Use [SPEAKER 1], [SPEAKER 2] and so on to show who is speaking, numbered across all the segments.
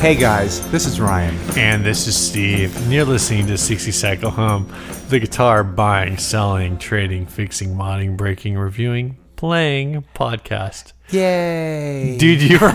[SPEAKER 1] Hey guys, this is Ryan.
[SPEAKER 2] And this is Steve, and you're listening to 60 Cycle Home, the guitar buying, selling, trading, fixing, modding, breaking, reviewing, playing podcast.
[SPEAKER 1] Yay!
[SPEAKER 2] Dude, you are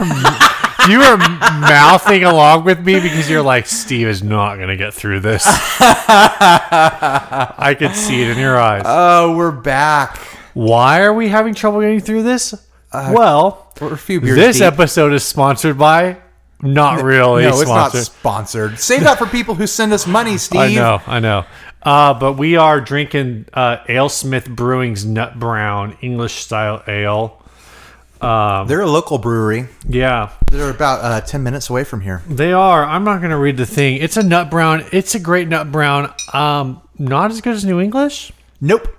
[SPEAKER 2] you are mouthing along with me because you're like, Steve is not gonna get through this. I could see it in your eyes.
[SPEAKER 1] Oh, we're back.
[SPEAKER 2] Why are we having trouble getting through this? well,
[SPEAKER 1] We're a few beers
[SPEAKER 2] this
[SPEAKER 1] deep.
[SPEAKER 2] episode is sponsored by not really
[SPEAKER 1] No, it's not
[SPEAKER 2] sponsored.
[SPEAKER 1] sponsored. Save that for people who send us money, Steve.
[SPEAKER 2] I know, I know. Uh, but we are drinking uh, AleSmith Brewing's Nut Brown English style ale.
[SPEAKER 1] They're a local brewery.
[SPEAKER 2] Yeah,
[SPEAKER 1] They're about uh, 10 minutes away from here.
[SPEAKER 2] they are. I'm not going to read the thing. It's a nut brown. It's a great nut brown. Um, not as good as New English.
[SPEAKER 1] Nope.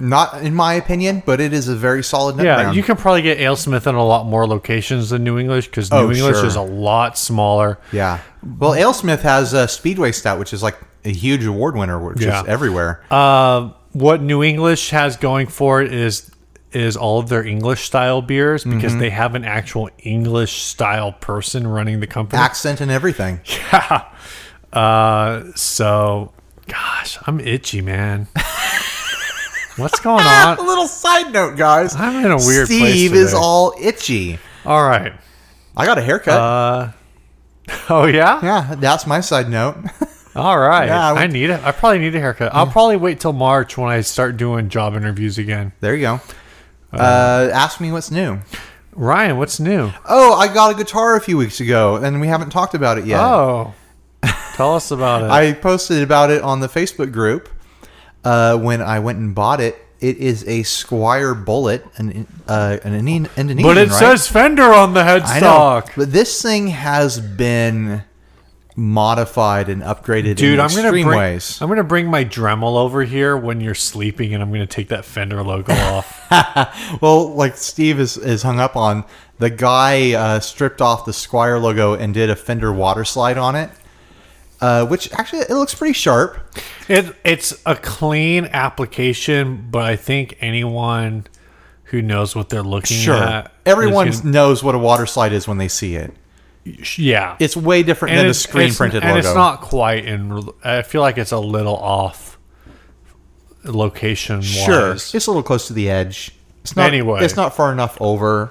[SPEAKER 1] Not in my opinion, but it is a very solid nut
[SPEAKER 2] Yeah,
[SPEAKER 1] brown.
[SPEAKER 2] you can probably get AleSmith in a lot more locations than New English because New
[SPEAKER 1] Oh,
[SPEAKER 2] English
[SPEAKER 1] sure.
[SPEAKER 2] is a lot smaller.
[SPEAKER 1] yeah. Well, AleSmith has uh, Speedway Stout, which is like a huge award winner, which
[SPEAKER 2] Yeah.
[SPEAKER 1] is everywhere.
[SPEAKER 2] Uh, what New English has going for it is is all of their English style beers because
[SPEAKER 1] Mm-hmm.
[SPEAKER 2] they have an actual English style person running the company.
[SPEAKER 1] Accent and everything.
[SPEAKER 2] Yeah. Uh, so, gosh, I'm itchy, man. What's going
[SPEAKER 1] a
[SPEAKER 2] on?
[SPEAKER 1] little side note, guys.
[SPEAKER 2] I'm in a weird
[SPEAKER 1] Steve
[SPEAKER 2] place
[SPEAKER 1] is
[SPEAKER 2] today.
[SPEAKER 1] all itchy.
[SPEAKER 2] All right.
[SPEAKER 1] I got a haircut.
[SPEAKER 2] Oh yeah.
[SPEAKER 1] yeah, that's my side note.
[SPEAKER 2] All right.
[SPEAKER 1] Yeah, I
[SPEAKER 2] I,
[SPEAKER 1] would-
[SPEAKER 2] need it. I probably need a haircut. I'll probably wait till March when I start doing job interviews again.
[SPEAKER 1] there you go. Uh, ask me what's new.
[SPEAKER 2] Ryan, what's new?
[SPEAKER 1] Oh, I got a guitar a few weeks ago, and we haven't talked about it yet.
[SPEAKER 2] Oh, tell us about it.
[SPEAKER 1] I posted about it on the Facebook group uh, when I went and bought it. It is a Squire Bullet, an uh, an Inde- Indonesian.
[SPEAKER 2] but it
[SPEAKER 1] right?
[SPEAKER 2] says Fender on the
[SPEAKER 1] I know,
[SPEAKER 2] headstock.
[SPEAKER 1] but this thing has been modified and upgraded.
[SPEAKER 2] Dude,
[SPEAKER 1] in
[SPEAKER 2] I'm gonna
[SPEAKER 1] extreme
[SPEAKER 2] bring
[SPEAKER 1] ways.
[SPEAKER 2] I'm gonna bring my Dremel over here when you're sleeping, and I'm gonna take that Fender logo off.
[SPEAKER 1] Well, like Steve is, is hung up on, the guy uh, stripped off the Squire logo and did a Fender water slide on it, uh, which actually it looks pretty sharp.
[SPEAKER 2] It it's a clean application, but I think anyone who knows what they're looking at,
[SPEAKER 1] everyone
[SPEAKER 2] is gonna-
[SPEAKER 1] knows what a water slide is when they see it.
[SPEAKER 2] yeah,
[SPEAKER 1] It's way different than a screen printed
[SPEAKER 2] and
[SPEAKER 1] logo.
[SPEAKER 2] it's not quite in. rel- I feel like it's a little off location.
[SPEAKER 1] sure.
[SPEAKER 2] wise.
[SPEAKER 1] It's a little close to the edge. It's not.
[SPEAKER 2] Anyway.
[SPEAKER 1] it's not far enough over.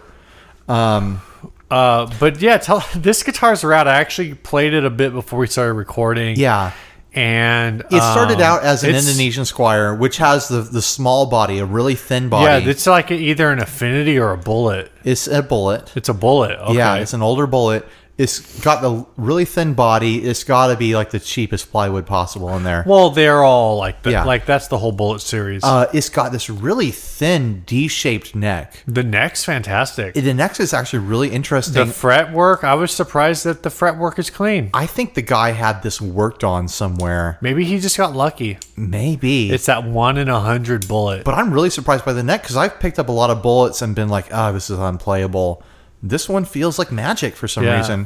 [SPEAKER 2] uh, but yeah, tell this guitar's rad. I actually played it a bit before we started recording.
[SPEAKER 1] Yeah.
[SPEAKER 2] and
[SPEAKER 1] It
[SPEAKER 2] Um,
[SPEAKER 1] started out as an E
[SPEAKER 2] Indonesian.
[SPEAKER 1] Indonesian Squire, which has the, the small body, a really thin body.
[SPEAKER 2] Yeah, it's like either an affinity or a bullet.
[SPEAKER 1] it's a bullet.
[SPEAKER 2] It's a bullet. Okay.
[SPEAKER 1] Yeah, it's an older bullet. It's got the really thin body. It's got to be like the cheapest plywood possible in there.
[SPEAKER 2] well, they're all like the,
[SPEAKER 1] Yeah.
[SPEAKER 2] like that's the whole bullet series.
[SPEAKER 1] Uh, it's got this really thin D-shaped neck.
[SPEAKER 2] the neck's fantastic.
[SPEAKER 1] The neck is actually really
[SPEAKER 2] the
[SPEAKER 1] interesting.
[SPEAKER 2] fretwork, I was surprised that the fretwork is clean.
[SPEAKER 1] I think the guy had this worked on somewhere.
[SPEAKER 2] Maybe he just got lucky.
[SPEAKER 1] Maybe.
[SPEAKER 2] It's that one in a hundred bullet.
[SPEAKER 1] but I'm really surprised by the neck because I've picked up a lot of bullets and been like, oh, this is unplayable. This one feels like magic for some
[SPEAKER 2] Yeah.
[SPEAKER 1] reason.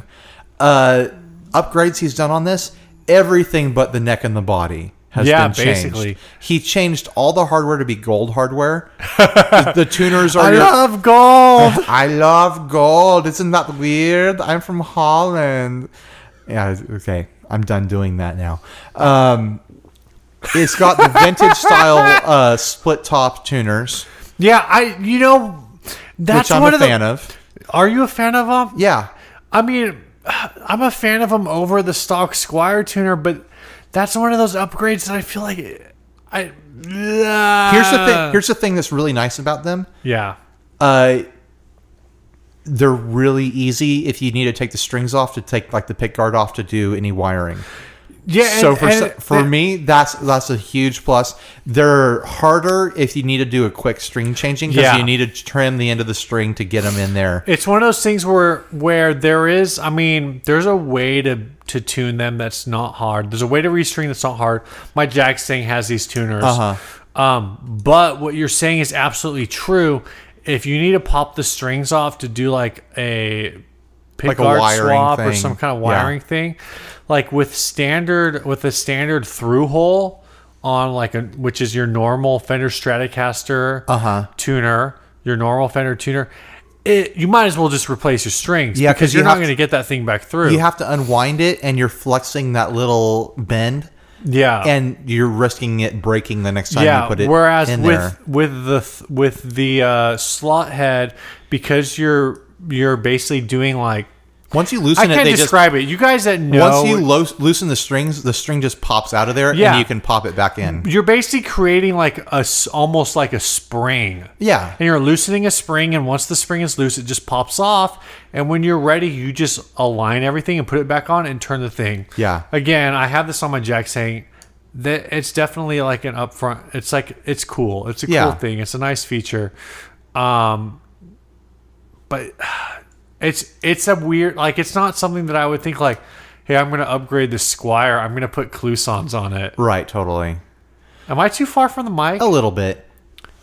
[SPEAKER 1] Uh, upgrades he's done on this, everything but the neck and the body has
[SPEAKER 2] Yeah,
[SPEAKER 1] been changed.
[SPEAKER 2] basically.
[SPEAKER 1] He changed all the hardware to be gold hardware. the, the tuners are.
[SPEAKER 2] I
[SPEAKER 1] your-
[SPEAKER 2] love gold.
[SPEAKER 1] I love gold. Isn't that weird? I'm from Holland. Yeah, okay. I'm done doing that now. Um, it's got the vintage style uh, split top tuners,
[SPEAKER 2] yeah, I. You know, that's
[SPEAKER 1] which I'm
[SPEAKER 2] one
[SPEAKER 1] a
[SPEAKER 2] of the-
[SPEAKER 1] fan of.
[SPEAKER 2] Are you a fan of um, them?
[SPEAKER 1] Yeah.
[SPEAKER 2] I mean, I'm a fan of them over the stock Squire tuner, but that's one of those upgrades that I feel like I.
[SPEAKER 1] Here's the
[SPEAKER 2] Uh.
[SPEAKER 1] thing. Here's the thing that's really nice about them.
[SPEAKER 2] yeah.
[SPEAKER 1] Uh, they're really easy if you need to take the strings off to take like the pick guard off to do any wiring.
[SPEAKER 2] Yeah. And,
[SPEAKER 1] so for
[SPEAKER 2] and-
[SPEAKER 1] s- for me, that's that's a huge plus. They're harder if you need to do a quick string changing because
[SPEAKER 2] Yeah.
[SPEAKER 1] you need to trim the end of the string to get them in there.
[SPEAKER 2] it's one of those things where where there is. I mean, there's a way to to tune them that's not hard. There's a way to restring that's not hard. My Jax thing has these tuners.
[SPEAKER 1] Uh-huh.
[SPEAKER 2] Um, but what you're saying is absolutely true. If you need to pop the strings off to do like a pick
[SPEAKER 1] Like a
[SPEAKER 2] guard
[SPEAKER 1] wiring
[SPEAKER 2] swap or
[SPEAKER 1] thing.
[SPEAKER 2] some kind of
[SPEAKER 1] Yeah.
[SPEAKER 2] wiring thing, like with standard with a standard through hole on like a which is your normal Fender Stratocaster
[SPEAKER 1] Uh-huh.
[SPEAKER 2] tuner, your normal Fender tuner, it, you might as well just replace your strings
[SPEAKER 1] Yeah, 'cause
[SPEAKER 2] because
[SPEAKER 1] you
[SPEAKER 2] you're not
[SPEAKER 1] have
[SPEAKER 2] going to get that thing back through.
[SPEAKER 1] You have to unwind it, and you're flexing that little bend,
[SPEAKER 2] yeah.
[SPEAKER 1] and you're risking it breaking the next time
[SPEAKER 2] Oh. yeah,
[SPEAKER 1] you put it.
[SPEAKER 2] whereas
[SPEAKER 1] in
[SPEAKER 2] with
[SPEAKER 1] there.
[SPEAKER 2] with the th- with the uh, slot head because you're you're basically doing like
[SPEAKER 1] once you
[SPEAKER 2] I
[SPEAKER 1] loosen it,
[SPEAKER 2] can't
[SPEAKER 1] they just
[SPEAKER 2] describe it. You guys that know
[SPEAKER 1] once you lo- loosen the strings, the string just pops out of there,
[SPEAKER 2] Yeah.
[SPEAKER 1] and you can pop it back in.
[SPEAKER 2] you're basically creating like a s- almost like a spring
[SPEAKER 1] Yeah,
[SPEAKER 2] and you're loosening a spring and once the spring is loose it just pops off and when you're ready you just align everything and put it back on and turn the thing
[SPEAKER 1] Yeah.
[SPEAKER 2] again i have this on my jack saying that it's definitely like an upfront it's like it's cool it's a
[SPEAKER 1] Yeah.
[SPEAKER 2] cool thing it's a nice feature um but it's it's a weird like it's not something that i would think like hey i'm gonna upgrade the squire i'm gonna put clusons on it
[SPEAKER 1] right, totally.
[SPEAKER 2] Am I too far from the mic?
[SPEAKER 1] A little bit.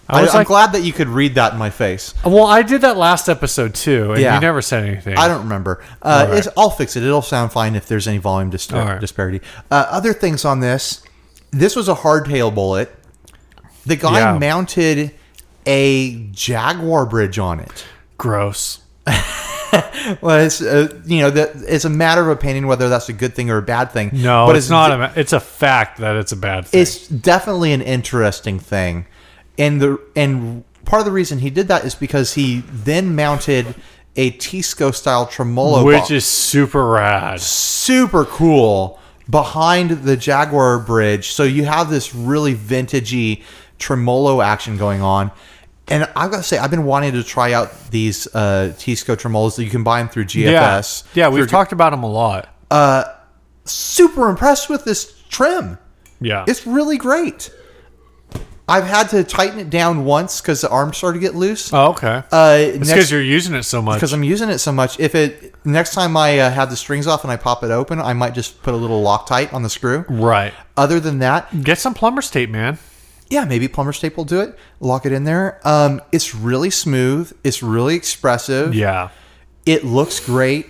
[SPEAKER 2] I
[SPEAKER 1] I
[SPEAKER 2] was
[SPEAKER 1] am
[SPEAKER 2] like-
[SPEAKER 1] glad that you could read that in my face.
[SPEAKER 2] Well, I did that last episode too, and
[SPEAKER 1] Yeah.
[SPEAKER 2] you never said anything.
[SPEAKER 1] I don't remember. Uh, it's, I'll fix it. It'll sound fine if there's any volume dis-
[SPEAKER 2] Alright.
[SPEAKER 1] disparity. Uh, other things on this this was a hardtail bullet. The guy
[SPEAKER 2] Yeah.
[SPEAKER 1] mounted a Jaguar bridge on it.
[SPEAKER 2] Gross.
[SPEAKER 1] Well, it's, uh, you know, that it's a matter of opinion whether that's a good thing or a bad thing.
[SPEAKER 2] No, but it's, not.
[SPEAKER 1] de-
[SPEAKER 2] A, ma- it's a fact that it's a bad thing.
[SPEAKER 1] it's definitely an interesting thing and the and part of the reason he did that is because he then mounted a tisco style tremolo
[SPEAKER 2] which
[SPEAKER 1] box.
[SPEAKER 2] is super rad.
[SPEAKER 1] super cool behind the jaguar bridge so you have this really vintagey tremolo action going on and i've got to say i've been wanting to try out these uh, tisco tremolos that you can buy them through
[SPEAKER 2] Yeah,
[SPEAKER 1] gfs
[SPEAKER 2] yeah. We've
[SPEAKER 1] Through-
[SPEAKER 2] talked about them a lot.
[SPEAKER 1] super impressed with this trim
[SPEAKER 2] Yeah,
[SPEAKER 1] It's really great. I've had to tighten it down once because the arm started to get loose.
[SPEAKER 2] oh, okay.
[SPEAKER 1] Uh,
[SPEAKER 2] it's because
[SPEAKER 1] next,
[SPEAKER 2] you're using it so much.
[SPEAKER 1] because I'm using it so much. If it next time I uh, have the strings off and I pop it open, I might just put a little Loctite on the screw.
[SPEAKER 2] Right.
[SPEAKER 1] Other than that,
[SPEAKER 2] Get some plumber's tape, man.
[SPEAKER 1] yeah, maybe plumber's tape will do it. Lock it in there. Um, it's really smooth. It's really expressive.
[SPEAKER 2] Yeah.
[SPEAKER 1] It looks great.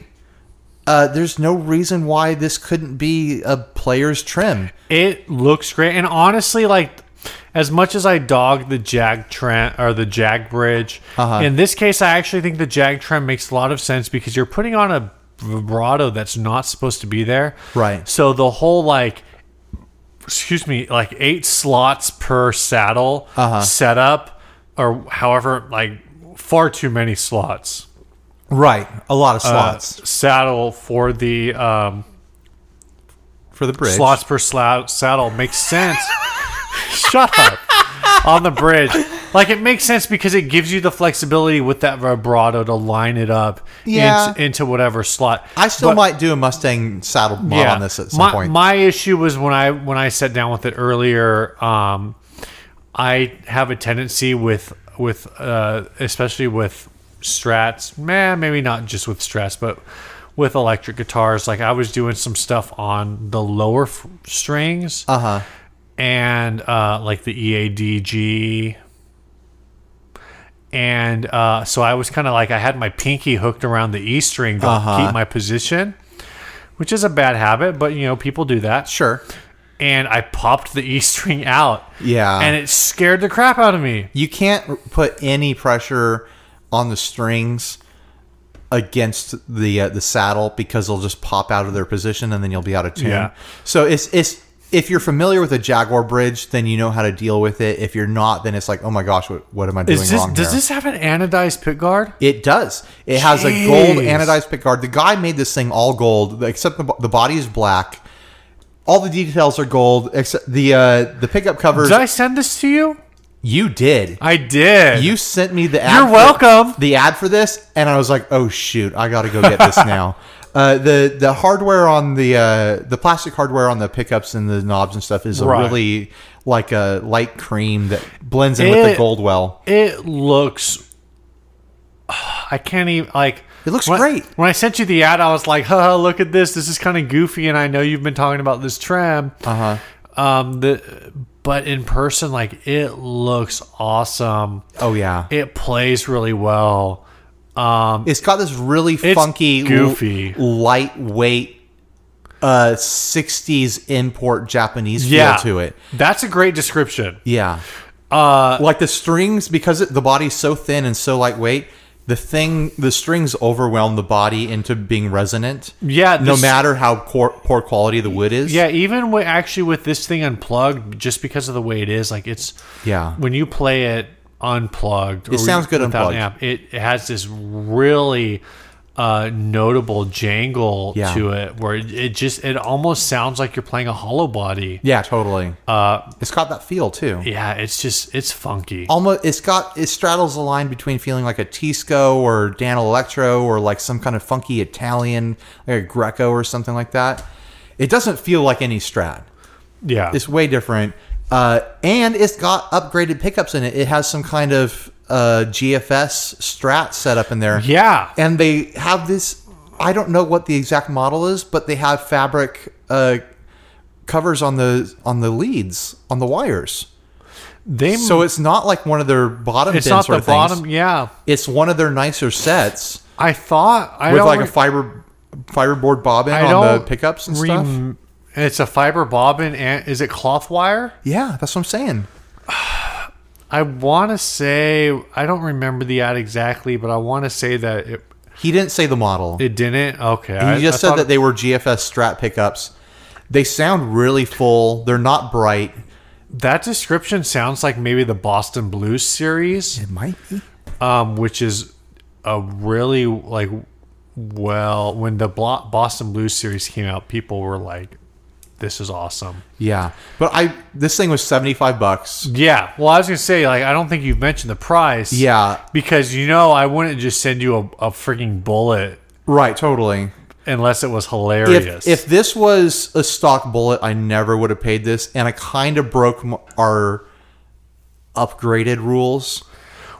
[SPEAKER 1] Uh, there's no reason why this couldn't be a player's trim.
[SPEAKER 2] It looks great, and honestly, like as much as I dog the Jag Trent or the Jag Bridge,
[SPEAKER 1] Uh-huh.
[SPEAKER 2] in this case, I actually think the Jag Trent makes a lot of sense because you're putting on a vibrato that's not supposed to be there.
[SPEAKER 1] Right.
[SPEAKER 2] So the whole like, excuse me, like eight slots per saddle
[SPEAKER 1] Uh-huh.
[SPEAKER 2] setup, or however, like far too many slots Uh,
[SPEAKER 1] Right. A lot of slots
[SPEAKER 2] saddle for the um,
[SPEAKER 1] for the bridge.
[SPEAKER 2] slots per sla- saddle makes sense. Shut up. On the bridge. Like it makes sense because it gives you the flexibility with that vibrato to line it up in-
[SPEAKER 1] Yeah.
[SPEAKER 2] into whatever slot.
[SPEAKER 1] I still
[SPEAKER 2] But-
[SPEAKER 1] might do a Mustang saddle mod on this at some
[SPEAKER 2] my,
[SPEAKER 1] point.
[SPEAKER 2] My issue was when I when I sat down with it earlier. Um, I have a tendency with with uh, especially with strats. Man, maybe not just with strats, but with electric guitars. Like I was doing some stuff on the lower f- strings
[SPEAKER 1] uh huh.
[SPEAKER 2] and uh, like the EADG. And uh, so I was kind of like, I had my pinky hooked around the E string to
[SPEAKER 1] Uh-huh.
[SPEAKER 2] keep my position, which is a bad habit, but you know, people do that.
[SPEAKER 1] Sure.
[SPEAKER 2] And I popped the E string out.
[SPEAKER 1] Yeah.
[SPEAKER 2] And it scared the crap out of me.
[SPEAKER 1] You can't put any pressure on the strings against the uh, the saddle because they'll just pop out of their position and then you'll be out of tune.
[SPEAKER 2] Yeah.
[SPEAKER 1] So it's it's if you're familiar with the Jaguar bridge, then you know how to deal with it. If you're not, then it's like, oh my gosh, what, what am I doing
[SPEAKER 2] Is this,
[SPEAKER 1] wrong
[SPEAKER 2] does
[SPEAKER 1] here?
[SPEAKER 2] this have an anodized pit guard?
[SPEAKER 1] It does. It has a gold
[SPEAKER 2] Jeez.
[SPEAKER 1] anodized pick guard. The guy made this thing all gold, except the, the body is black. All the details are gold, except the uh, the pickup covers.
[SPEAKER 2] Did I send this to you?
[SPEAKER 1] you did.
[SPEAKER 2] I did.
[SPEAKER 1] You sent me the. Ad
[SPEAKER 2] You're
[SPEAKER 1] for-
[SPEAKER 2] welcome.
[SPEAKER 1] The ad for this, and I was like, "Oh shoot, I got to go get this now." Uh, the the hardware on the uh, the plastic hardware on the pickups and the knobs and stuff is a
[SPEAKER 2] Right.
[SPEAKER 1] really like a light cream that blends in with
[SPEAKER 2] It-
[SPEAKER 1] the gold well.
[SPEAKER 2] It looks. I can't even like.
[SPEAKER 1] It looks
[SPEAKER 2] when-
[SPEAKER 1] great.
[SPEAKER 2] When I sent you the ad, I was like, "Haha, look at this. This is kind of goofy." And I know you've been talking about this tram.
[SPEAKER 1] Uh huh.
[SPEAKER 2] Um, the but in person, like it looks awesome.
[SPEAKER 1] Oh yeah.
[SPEAKER 2] It plays really well. Um,
[SPEAKER 1] It's got this really
[SPEAKER 2] It's
[SPEAKER 1] funky,
[SPEAKER 2] goofy.
[SPEAKER 1] l- lightweight, uh, '60s import Japanese
[SPEAKER 2] yeah,
[SPEAKER 1] feel to it.
[SPEAKER 2] That's a great description.
[SPEAKER 1] Yeah,
[SPEAKER 2] Uh,
[SPEAKER 1] like the strings because it, the body's so thin and so lightweight. the thing the strings overwhelm the body into being resonant.
[SPEAKER 2] Yeah,
[SPEAKER 1] no
[SPEAKER 2] this-
[SPEAKER 1] matter how poor, poor quality the wood is.
[SPEAKER 2] Yeah, even with, actually with this thing unplugged, just because of the way it is, like it's
[SPEAKER 1] Yeah.
[SPEAKER 2] When you play it unplugged,
[SPEAKER 1] It sounds good
[SPEAKER 2] without an amp,
[SPEAKER 1] unplugged.
[SPEAKER 2] it, it has this really uh, notable jangle
[SPEAKER 1] Yeah.
[SPEAKER 2] to it, where it, it just it almost sounds like you're playing a hollow body.
[SPEAKER 1] Yeah, totally. Uh, it's got that feel too.
[SPEAKER 2] Yeah, it's just it's funky.
[SPEAKER 1] almost it's got it straddles the line between feeling like a Tisco or Dan Electro or like some kind of funky Italian like a Greco or something like that. It doesn't feel like any Strat.
[SPEAKER 2] yeah,
[SPEAKER 1] It's way different. Uh, and it's got upgraded pickups in it. It has some kind of uh, GFS Strat set up in there.
[SPEAKER 2] yeah,
[SPEAKER 1] And they have this I don't know what the exact model is, but they have fabric uh, covers on the on the leads on the wires.
[SPEAKER 2] they
[SPEAKER 1] So it's not like one of their bottom
[SPEAKER 2] it's
[SPEAKER 1] bin
[SPEAKER 2] not
[SPEAKER 1] sort
[SPEAKER 2] the
[SPEAKER 1] of things.
[SPEAKER 2] bottom. Yeah,
[SPEAKER 1] It's one of their nicer sets
[SPEAKER 2] I thought I
[SPEAKER 1] with
[SPEAKER 2] don't
[SPEAKER 1] like a
[SPEAKER 2] re-
[SPEAKER 1] fiber fiberboard bobbin
[SPEAKER 2] I
[SPEAKER 1] on the
[SPEAKER 2] don't
[SPEAKER 1] pickups and stuff.
[SPEAKER 2] rem- It's a fiber bobbin and is it cloth wire?
[SPEAKER 1] Yeah, that's what I'm saying.
[SPEAKER 2] I want to say I don't remember the ad exactly, but I want to say that it
[SPEAKER 1] He didn't say the model.
[SPEAKER 2] it didn't. Okay,
[SPEAKER 1] he
[SPEAKER 2] I, I
[SPEAKER 1] just said
[SPEAKER 2] thought-
[SPEAKER 1] that they were GFS Strat pickups. They sound really full. They're not bright.
[SPEAKER 2] that description sounds like maybe the Boston Blues series,
[SPEAKER 1] It might be.
[SPEAKER 2] um, which is a really like well when the Blo- Boston Blues series came out, people were like, "This is awesome."
[SPEAKER 1] Yeah, but I this thing was 75 bucks.
[SPEAKER 2] Yeah. Well, I was gonna say like I don't think you've mentioned the price.
[SPEAKER 1] Yeah,
[SPEAKER 2] Because you know I wouldn't just send you a, a freaking bullet
[SPEAKER 1] right. Totally.
[SPEAKER 2] unless it was hilarious.
[SPEAKER 1] If, if this was a stock bullet, I never would have paid this, and I kind of broke m- our upgraded rules.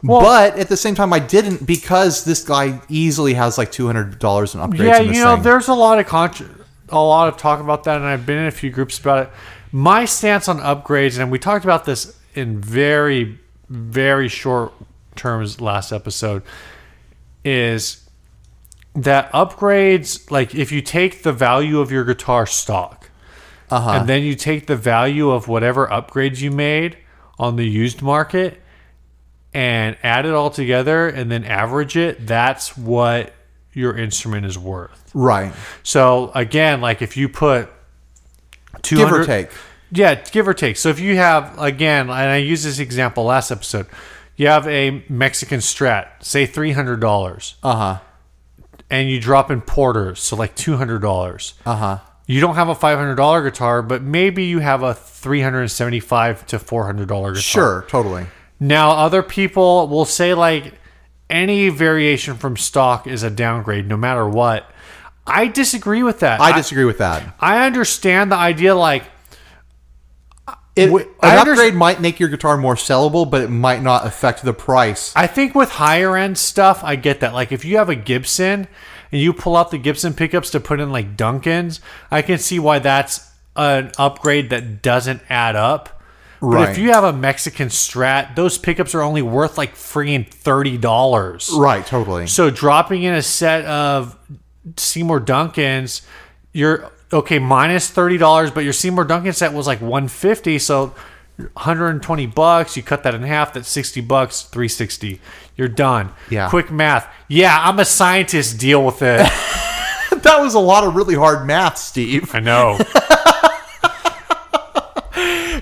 [SPEAKER 1] but at the same time, I didn't because this guy easily has like two hundred dollars in upgrades.
[SPEAKER 2] yeah,
[SPEAKER 1] in this
[SPEAKER 2] you know,
[SPEAKER 1] thing.
[SPEAKER 2] there's a lot of contr a lot of talk about that, and I've been in a few groups about it. My stance on upgrades, and we talked about this in very, very short terms last episode, is that upgrades, like if you take the value of your guitar stock,
[SPEAKER 1] Uh-huh.
[SPEAKER 2] and then you take the value of whatever upgrades you made on the used market and add it all together and then average it, that's what your instrument is worth.
[SPEAKER 1] right,
[SPEAKER 2] So again, like if you put two
[SPEAKER 1] give or take.
[SPEAKER 2] yeah, give or take. So if you have again, and I used this example last episode, you have a Mexican Strat, say three hundred dollars,
[SPEAKER 1] Uh huh.
[SPEAKER 2] and you drop in porters, so like two hundred dollars.
[SPEAKER 1] Uh huh.
[SPEAKER 2] You don't have a five hundred dollar guitar, but maybe you have a three hundred and seventy five to four hundred dollar guitar.
[SPEAKER 1] Sure. Totally.
[SPEAKER 2] Now, other people will say like any variation from stock is a downgrade, no matter what. I disagree with that.
[SPEAKER 1] I disagree with that.
[SPEAKER 2] I understand the idea like
[SPEAKER 1] It,
[SPEAKER 2] Wh- I
[SPEAKER 1] an
[SPEAKER 2] under-
[SPEAKER 1] upgrade might make your guitar more sellable, but it might not affect the price.
[SPEAKER 2] I think with higher end stuff, I get that. Like if you have a Gibson and you pull out the Gibson pickups to put in like Duncans, I can see why that's an upgrade that doesn't add up. But
[SPEAKER 1] Right.
[SPEAKER 2] if you have a Mexican Strat, those pickups are only worth like freaking thirty dollars.
[SPEAKER 1] Right. Totally.
[SPEAKER 2] So dropping in a set of Seymour Duncans, you're okay minus thirty dollars, but your Seymour Duncan set was like one fifty, so hundred and twenty bucks. You cut that in half, that's sixty bucks, three sixty. You're done.
[SPEAKER 1] Yeah.
[SPEAKER 2] Quick math. Yeah, I'm a scientist. Deal with it.
[SPEAKER 1] that was a lot of really hard math, Steve.
[SPEAKER 2] I know.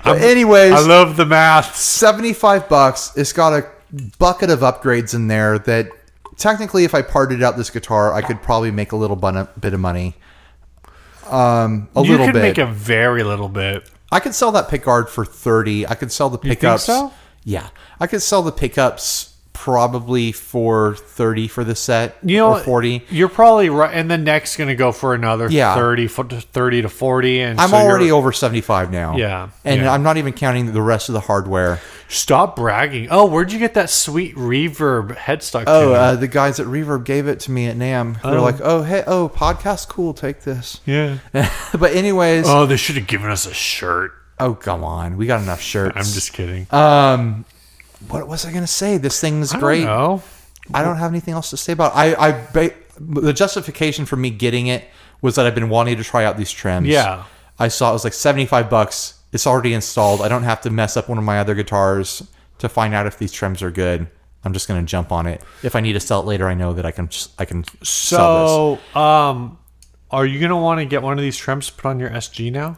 [SPEAKER 1] But anyways,
[SPEAKER 2] I love the maths.
[SPEAKER 1] 75 bucks. It's got a bucket of upgrades in there that technically if I parted out this guitar, I could probably make a little bun- bit of money. Um a
[SPEAKER 2] You
[SPEAKER 1] little
[SPEAKER 2] could
[SPEAKER 1] bit.
[SPEAKER 2] make a very little bit.
[SPEAKER 1] I could sell that pickguard for 30. I could sell the pickups.
[SPEAKER 2] so?
[SPEAKER 1] Yeah. I could sell the pickups probably for 30 for the set
[SPEAKER 2] You know,
[SPEAKER 1] or 40.
[SPEAKER 2] You're probably right, and the neck's going to go for another
[SPEAKER 1] Yeah.
[SPEAKER 2] 30, fo- 30 to forty. And
[SPEAKER 1] I'm
[SPEAKER 2] so you're-
[SPEAKER 1] already over 75 now.
[SPEAKER 2] Yeah,
[SPEAKER 1] And
[SPEAKER 2] yeah.
[SPEAKER 1] I'm not even counting the rest of the hardware.
[SPEAKER 2] Stop bragging. Oh, where'd you get that sweet reverb headstock?
[SPEAKER 1] Oh,
[SPEAKER 2] tuner?
[SPEAKER 1] uh, the guys at Reverb gave it to me at NAM. They're like, "Oh, hey, oh, podcast cool, take this."
[SPEAKER 2] yeah.
[SPEAKER 1] but anyways,
[SPEAKER 2] Oh, they should have given us a shirt.
[SPEAKER 1] oh come on, we got enough shirts.
[SPEAKER 2] I'm just kidding.
[SPEAKER 1] um, what was I gonna say? This thing's great.
[SPEAKER 2] Oh,
[SPEAKER 1] I don't have anything else to say about. It. I, I ba- the justification for me getting it was that I've been wanting to try out these trims.
[SPEAKER 2] Yeah.
[SPEAKER 1] I saw it was like seventy five bucks. It's already installed. I don't have to mess up one of my other guitars to find out if these trims are good. I'm just going to jump on it. If I need to sell it later, I know that I can s- I can sell this.
[SPEAKER 2] So, um, are you gonna want to get one of these trims to put on your SG now?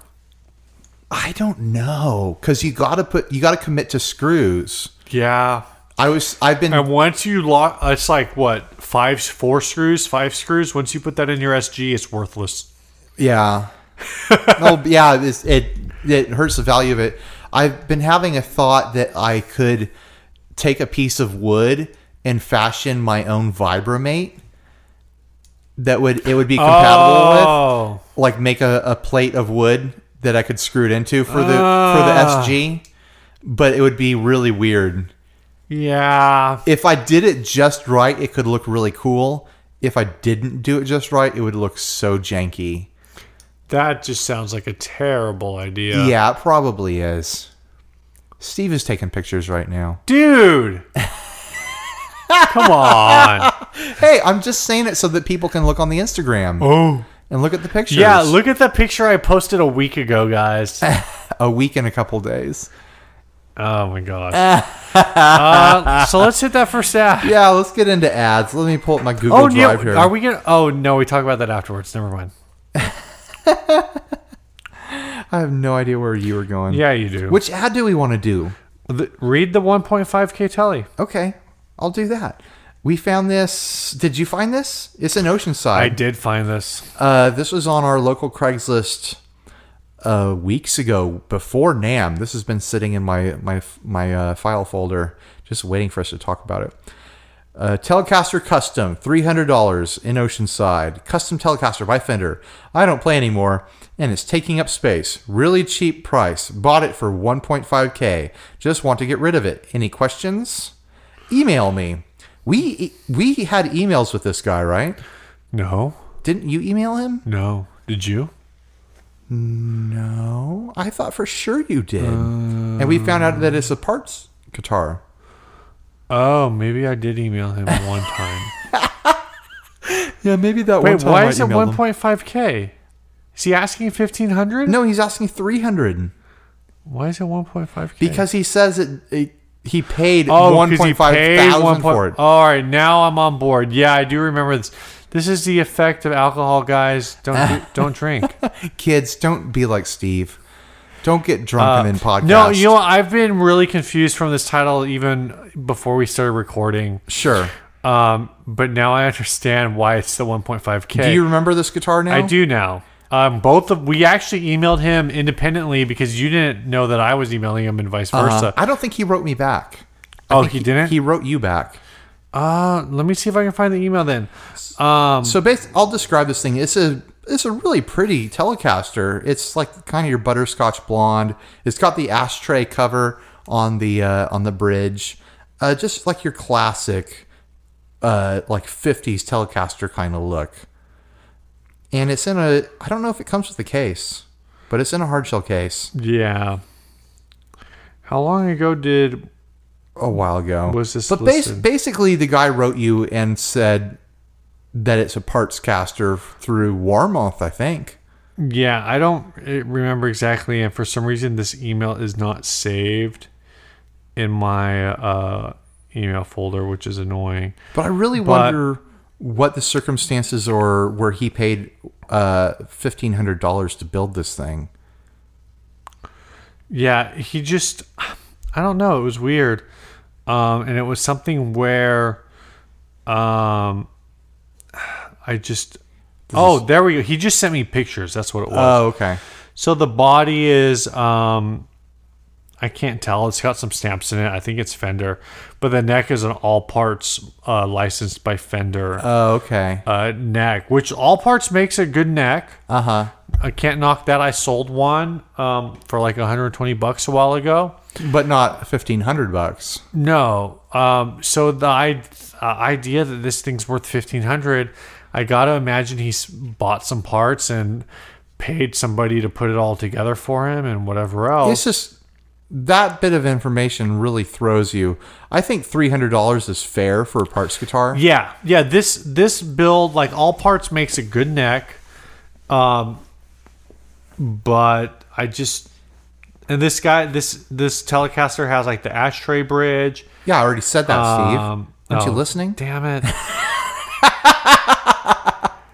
[SPEAKER 1] I don't know because you got to put you got to commit to screws.
[SPEAKER 2] Yeah.
[SPEAKER 1] I was I've been
[SPEAKER 2] And once you lock, it's like what five, four screws, five screws. Once you put that in your SG, it's worthless.
[SPEAKER 1] Yeah. oh yeah, it's, it it hurts the value of it. I've been having a thought that I could take a piece of wood and fashion my own vibramate that would it would be compatible
[SPEAKER 2] Oh.
[SPEAKER 1] with like make a, a plate of wood that I could screw it into for the
[SPEAKER 2] Ah.
[SPEAKER 1] for the SG. But it would be really weird.
[SPEAKER 2] Yeah.
[SPEAKER 1] If I did it just right, it could look really cool. If I didn't do it just right, it would look so janky.
[SPEAKER 2] That just sounds like a terrible idea.
[SPEAKER 1] Yeah, it probably is. Steve is taking pictures right now.
[SPEAKER 2] Dude. Come on.
[SPEAKER 1] Hey, I'm just saying it so that people can look on the Instagram
[SPEAKER 2] Oh.
[SPEAKER 1] and look at the pictures.
[SPEAKER 2] Yeah, look at the picture I posted a week ago, guys.
[SPEAKER 1] a week in a couple days.
[SPEAKER 2] Oh my gosh. uh, so let's hit that first ad.
[SPEAKER 1] Yeah, let's get into ads. Let me pull up my Google
[SPEAKER 2] Oh,
[SPEAKER 1] Drive
[SPEAKER 2] yeah,
[SPEAKER 1] here.
[SPEAKER 2] are we gonna? Oh no, we talk about that afterwards. Never mind.
[SPEAKER 1] I have no idea where you were going.
[SPEAKER 2] Yeah, you do.
[SPEAKER 1] Which ad do we want to do?
[SPEAKER 2] The- read the 1.5k telly.
[SPEAKER 1] Okay, I'll do that. We found this. Did you find this? It's in
[SPEAKER 2] I
[SPEAKER 1] Oceanside.
[SPEAKER 2] did find this.
[SPEAKER 1] Uh, this was on our local Craigslist uh, weeks ago before Nam. This has been sitting in my my my uh, file folder, just waiting for us to talk about it. Uh, Telecaster Custom, three hundred dollars in Oceanside. Custom Telecaster by Fender. I don't play anymore, and it's taking up space. Really cheap price. Bought it for one point five k. Just want to get rid of it. Any questions? Email me. We we had emails with this guy, right?
[SPEAKER 2] No,
[SPEAKER 1] Didn't you email him?
[SPEAKER 2] no. Did you?
[SPEAKER 1] No, I thought for sure you did. and we found out that it's a parts guitar.
[SPEAKER 2] Oh, maybe I did email him one time.
[SPEAKER 1] Yeah, maybe that
[SPEAKER 2] Wait, why is it 1.5k? Is he asking 1500?
[SPEAKER 1] No, he's asking 300
[SPEAKER 2] Why is it 1.5k?
[SPEAKER 1] because he says it, it he paid
[SPEAKER 2] oh, 'cause he
[SPEAKER 1] 1.5
[SPEAKER 2] paid
[SPEAKER 1] thousand
[SPEAKER 2] 1.
[SPEAKER 1] for it.
[SPEAKER 2] All right, now I'm on board. Yeah, I do remember this. This is the effect of alcohol, guys. Don't do, don't drink.
[SPEAKER 1] Oh, Kids, don't be like Steve. Don't get drunk and then podcast.
[SPEAKER 2] Uh, No, you know what? I've been really confused from this title even before we started recording.
[SPEAKER 1] Sure.
[SPEAKER 2] Um, but now I understand why it's the 1.5k.
[SPEAKER 1] Do you remember this guitar now?
[SPEAKER 2] I do now. Um, both of we actually emailed him independently because you didn't know that I was emailing him and vice
[SPEAKER 1] Uh,
[SPEAKER 2] versa.
[SPEAKER 1] I don't think he wrote me back. I
[SPEAKER 2] oh,
[SPEAKER 1] think
[SPEAKER 2] he, didn't.
[SPEAKER 1] He wrote you back.
[SPEAKER 2] uh, let me see if I can find the email then. Um,
[SPEAKER 1] So bas I'll describe this thing. It's a it's a really pretty Telecaster. It's like kind of your butterscotch blonde. It's got the ashtray cover on the uh, on the bridge, uh, just like your classic, uh, like '50s Telecaster kind of look. And it's in a I don't know if it comes with a case, but it's in a hardshell case
[SPEAKER 2] yeah. How long ago did?
[SPEAKER 1] a while ago.
[SPEAKER 2] Was this
[SPEAKER 1] But bas-
[SPEAKER 2] listed?
[SPEAKER 1] basically, the guy wrote you and said that it's a parts caster through Warmouth, I think.
[SPEAKER 2] Yeah, I don't eh, remember exactly, and for some reason this email is not saved in my uh, email folder, which is annoying.
[SPEAKER 1] But I really
[SPEAKER 2] But-
[SPEAKER 1] wonder what the circumstances are where he paid uh, fifteen hundred dollars to build this thing.
[SPEAKER 2] Yeah, he just I don't know, it was weird. Um and it was something where um I just Oh, there we go. He just sent me pictures. That's what it was.
[SPEAKER 1] Oh, okay.
[SPEAKER 2] so the body is um I can't tell. It's got some stamps in it. I think it's Fender. But the neck is an all parts uh licensed by Fender
[SPEAKER 1] Oh, okay.
[SPEAKER 2] uh neck, which all parts makes a good neck.
[SPEAKER 1] Uh huh.
[SPEAKER 2] I can't knock that. I sold one um for like 120 bucks a while ago.
[SPEAKER 1] But not fifteen hundred bucks.
[SPEAKER 2] No. Um, so the I- uh, idea that this thing's worth fifteen hundred, I gotta imagine he's bought some parts and paid somebody to put it all together for him and whatever
[SPEAKER 1] It's
[SPEAKER 2] else.
[SPEAKER 1] just that bit of information really throws you. I think three hundred dollars is fair for a parts guitar.
[SPEAKER 2] yeah, yeah. This this build, like all parts, makes a good neck. Um, but I just And this guy, this this Telecaster has like the ashtray bridge.
[SPEAKER 1] Yeah, I already said that,
[SPEAKER 2] Um,
[SPEAKER 1] Steve. Aren't you
[SPEAKER 2] oh,
[SPEAKER 1] listening?
[SPEAKER 2] Damn it!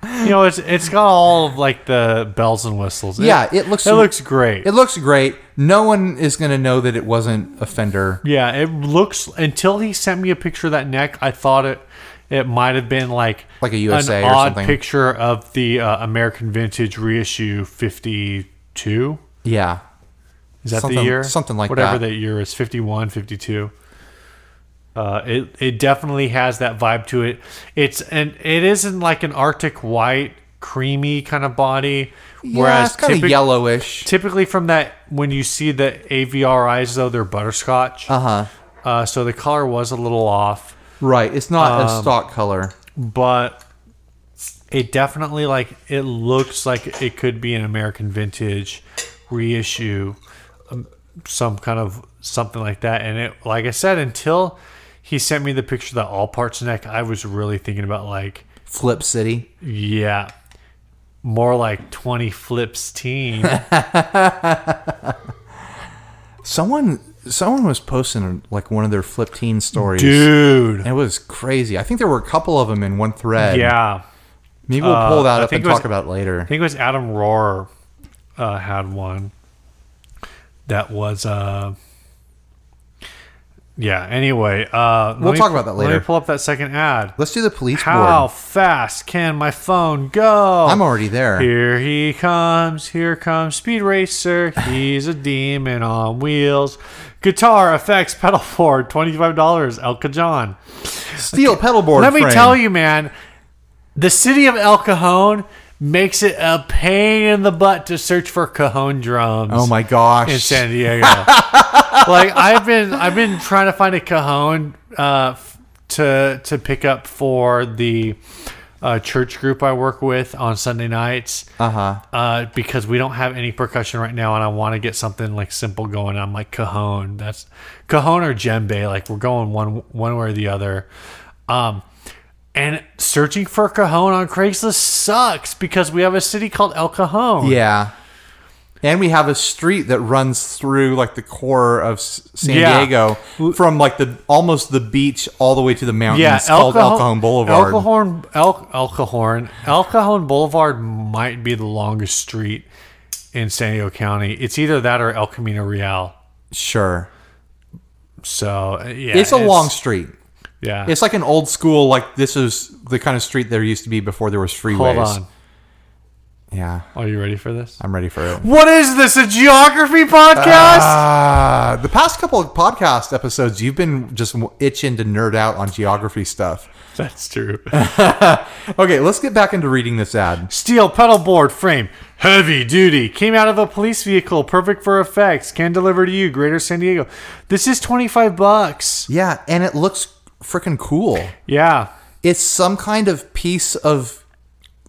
[SPEAKER 2] you know, it's it's got all of like the bells and whistles.
[SPEAKER 1] Yeah, it looks-
[SPEAKER 2] it looks great.
[SPEAKER 1] It looks great. No one is going to know that it wasn't a Fender.
[SPEAKER 2] yeah, it looks. Until he sent me a picture of that neck, I thought it it might have been like
[SPEAKER 1] Like a USA
[SPEAKER 2] an
[SPEAKER 1] or
[SPEAKER 2] odd
[SPEAKER 1] something.
[SPEAKER 2] picture of the uh, American Vintage reissue fifty two.
[SPEAKER 1] Yeah.
[SPEAKER 2] Is that
[SPEAKER 1] Something-
[SPEAKER 2] the year?
[SPEAKER 1] something like
[SPEAKER 2] Whatever
[SPEAKER 1] that.
[SPEAKER 2] that year is 51, 52. Uh, it it definitely has that vibe to it. It's and it isn't like an arctic white creamy kind of body.
[SPEAKER 1] yeah,
[SPEAKER 2] whereas
[SPEAKER 1] it's kind
[SPEAKER 2] typi-
[SPEAKER 1] of yellowish.
[SPEAKER 2] typically from that when you see the AVRIs though they're butterscotch.
[SPEAKER 1] uh huh.
[SPEAKER 2] Uh, so the color was a little off,
[SPEAKER 1] Right. It's not
[SPEAKER 2] Um,
[SPEAKER 1] a stock color.
[SPEAKER 2] but it definitely like it looks like it could be an American vintage reissue, um, some kind of something like that. And it, like I said, until he sent me the picture of the all parts neck, I was really thinking about like,
[SPEAKER 1] Flip City.
[SPEAKER 2] yeah, more like twenty flips team.
[SPEAKER 1] Someone someone was posting like one of their Flip Teen stories.
[SPEAKER 2] dude.
[SPEAKER 1] It was crazy. I think there were a couple of them in one thread.
[SPEAKER 2] Yeah,
[SPEAKER 1] Maybe we'll pull
[SPEAKER 2] Uh,
[SPEAKER 1] that
[SPEAKER 2] I
[SPEAKER 1] up
[SPEAKER 2] think
[SPEAKER 1] and
[SPEAKER 2] it was-
[SPEAKER 1] talk about it
[SPEAKER 2] I
[SPEAKER 1] later.
[SPEAKER 2] think it was Adam Rohrer uh, had one that was uh yeah anyway uh let
[SPEAKER 1] We'll talk about that
[SPEAKER 2] let
[SPEAKER 1] later.
[SPEAKER 2] me pull up that second ad
[SPEAKER 1] Let's do the police
[SPEAKER 2] how
[SPEAKER 1] board.
[SPEAKER 2] fast can my phone go
[SPEAKER 1] I'm already there.
[SPEAKER 2] here he comes here comes speed racer he's a demon on wheels guitar effects pedal board $25 el cajon
[SPEAKER 1] Steel pedal board.
[SPEAKER 2] let me
[SPEAKER 1] frame.
[SPEAKER 2] tell you, man, the city of El Cajon makes it a pain in the butt to search for Cajon drums
[SPEAKER 1] Oh my gosh.
[SPEAKER 2] in San Diego. like I've been, I've been trying to find a Cajon uh, f- to to pick up for the uh, church group I work with on Sunday nights
[SPEAKER 1] Uh huh.
[SPEAKER 2] uh, because we don't have any percussion right now, and I want to get something like simple going. I'm like cajon. That's cajon or djembe. Like we're going one one way or the other. Um, and searching for cajon on Craigslist sucks because we have a city called El Cajon.
[SPEAKER 1] Yeah. And we have a street that runs through like the core of S- San
[SPEAKER 2] Yeah.
[SPEAKER 1] Diego, from like the almost the beach all the way to the mountains.
[SPEAKER 2] Yeah,
[SPEAKER 1] called El Cajon Boulevard.
[SPEAKER 2] El Cajon, El, El Cajon, El Cajon Boulevard might be the longest street in San Diego County. It's either that or El Camino Real.
[SPEAKER 1] Sure,
[SPEAKER 2] So yeah,
[SPEAKER 1] it's a long street.
[SPEAKER 2] Yeah,
[SPEAKER 1] It's like an old school. Like this is the kind of street there used to be before there was freeways.
[SPEAKER 2] hold on.
[SPEAKER 1] Yeah,
[SPEAKER 2] Are you ready for this?
[SPEAKER 1] I'm ready for it.
[SPEAKER 2] What is this? A geography podcast?
[SPEAKER 1] Ah, the past couple of podcast episodes, you've been just itching to nerd out on geography stuff.
[SPEAKER 2] That's true.
[SPEAKER 1] Okay, let's get back into reading this ad.
[SPEAKER 2] Steel pedal board frame, heavy duty. Came out of a police vehicle, perfect for effects. Can deliver to you, Greater San Diego. This is twenty five bucks.
[SPEAKER 1] Yeah, and it looks freaking cool.
[SPEAKER 2] Yeah,
[SPEAKER 1] It's some kind of piece of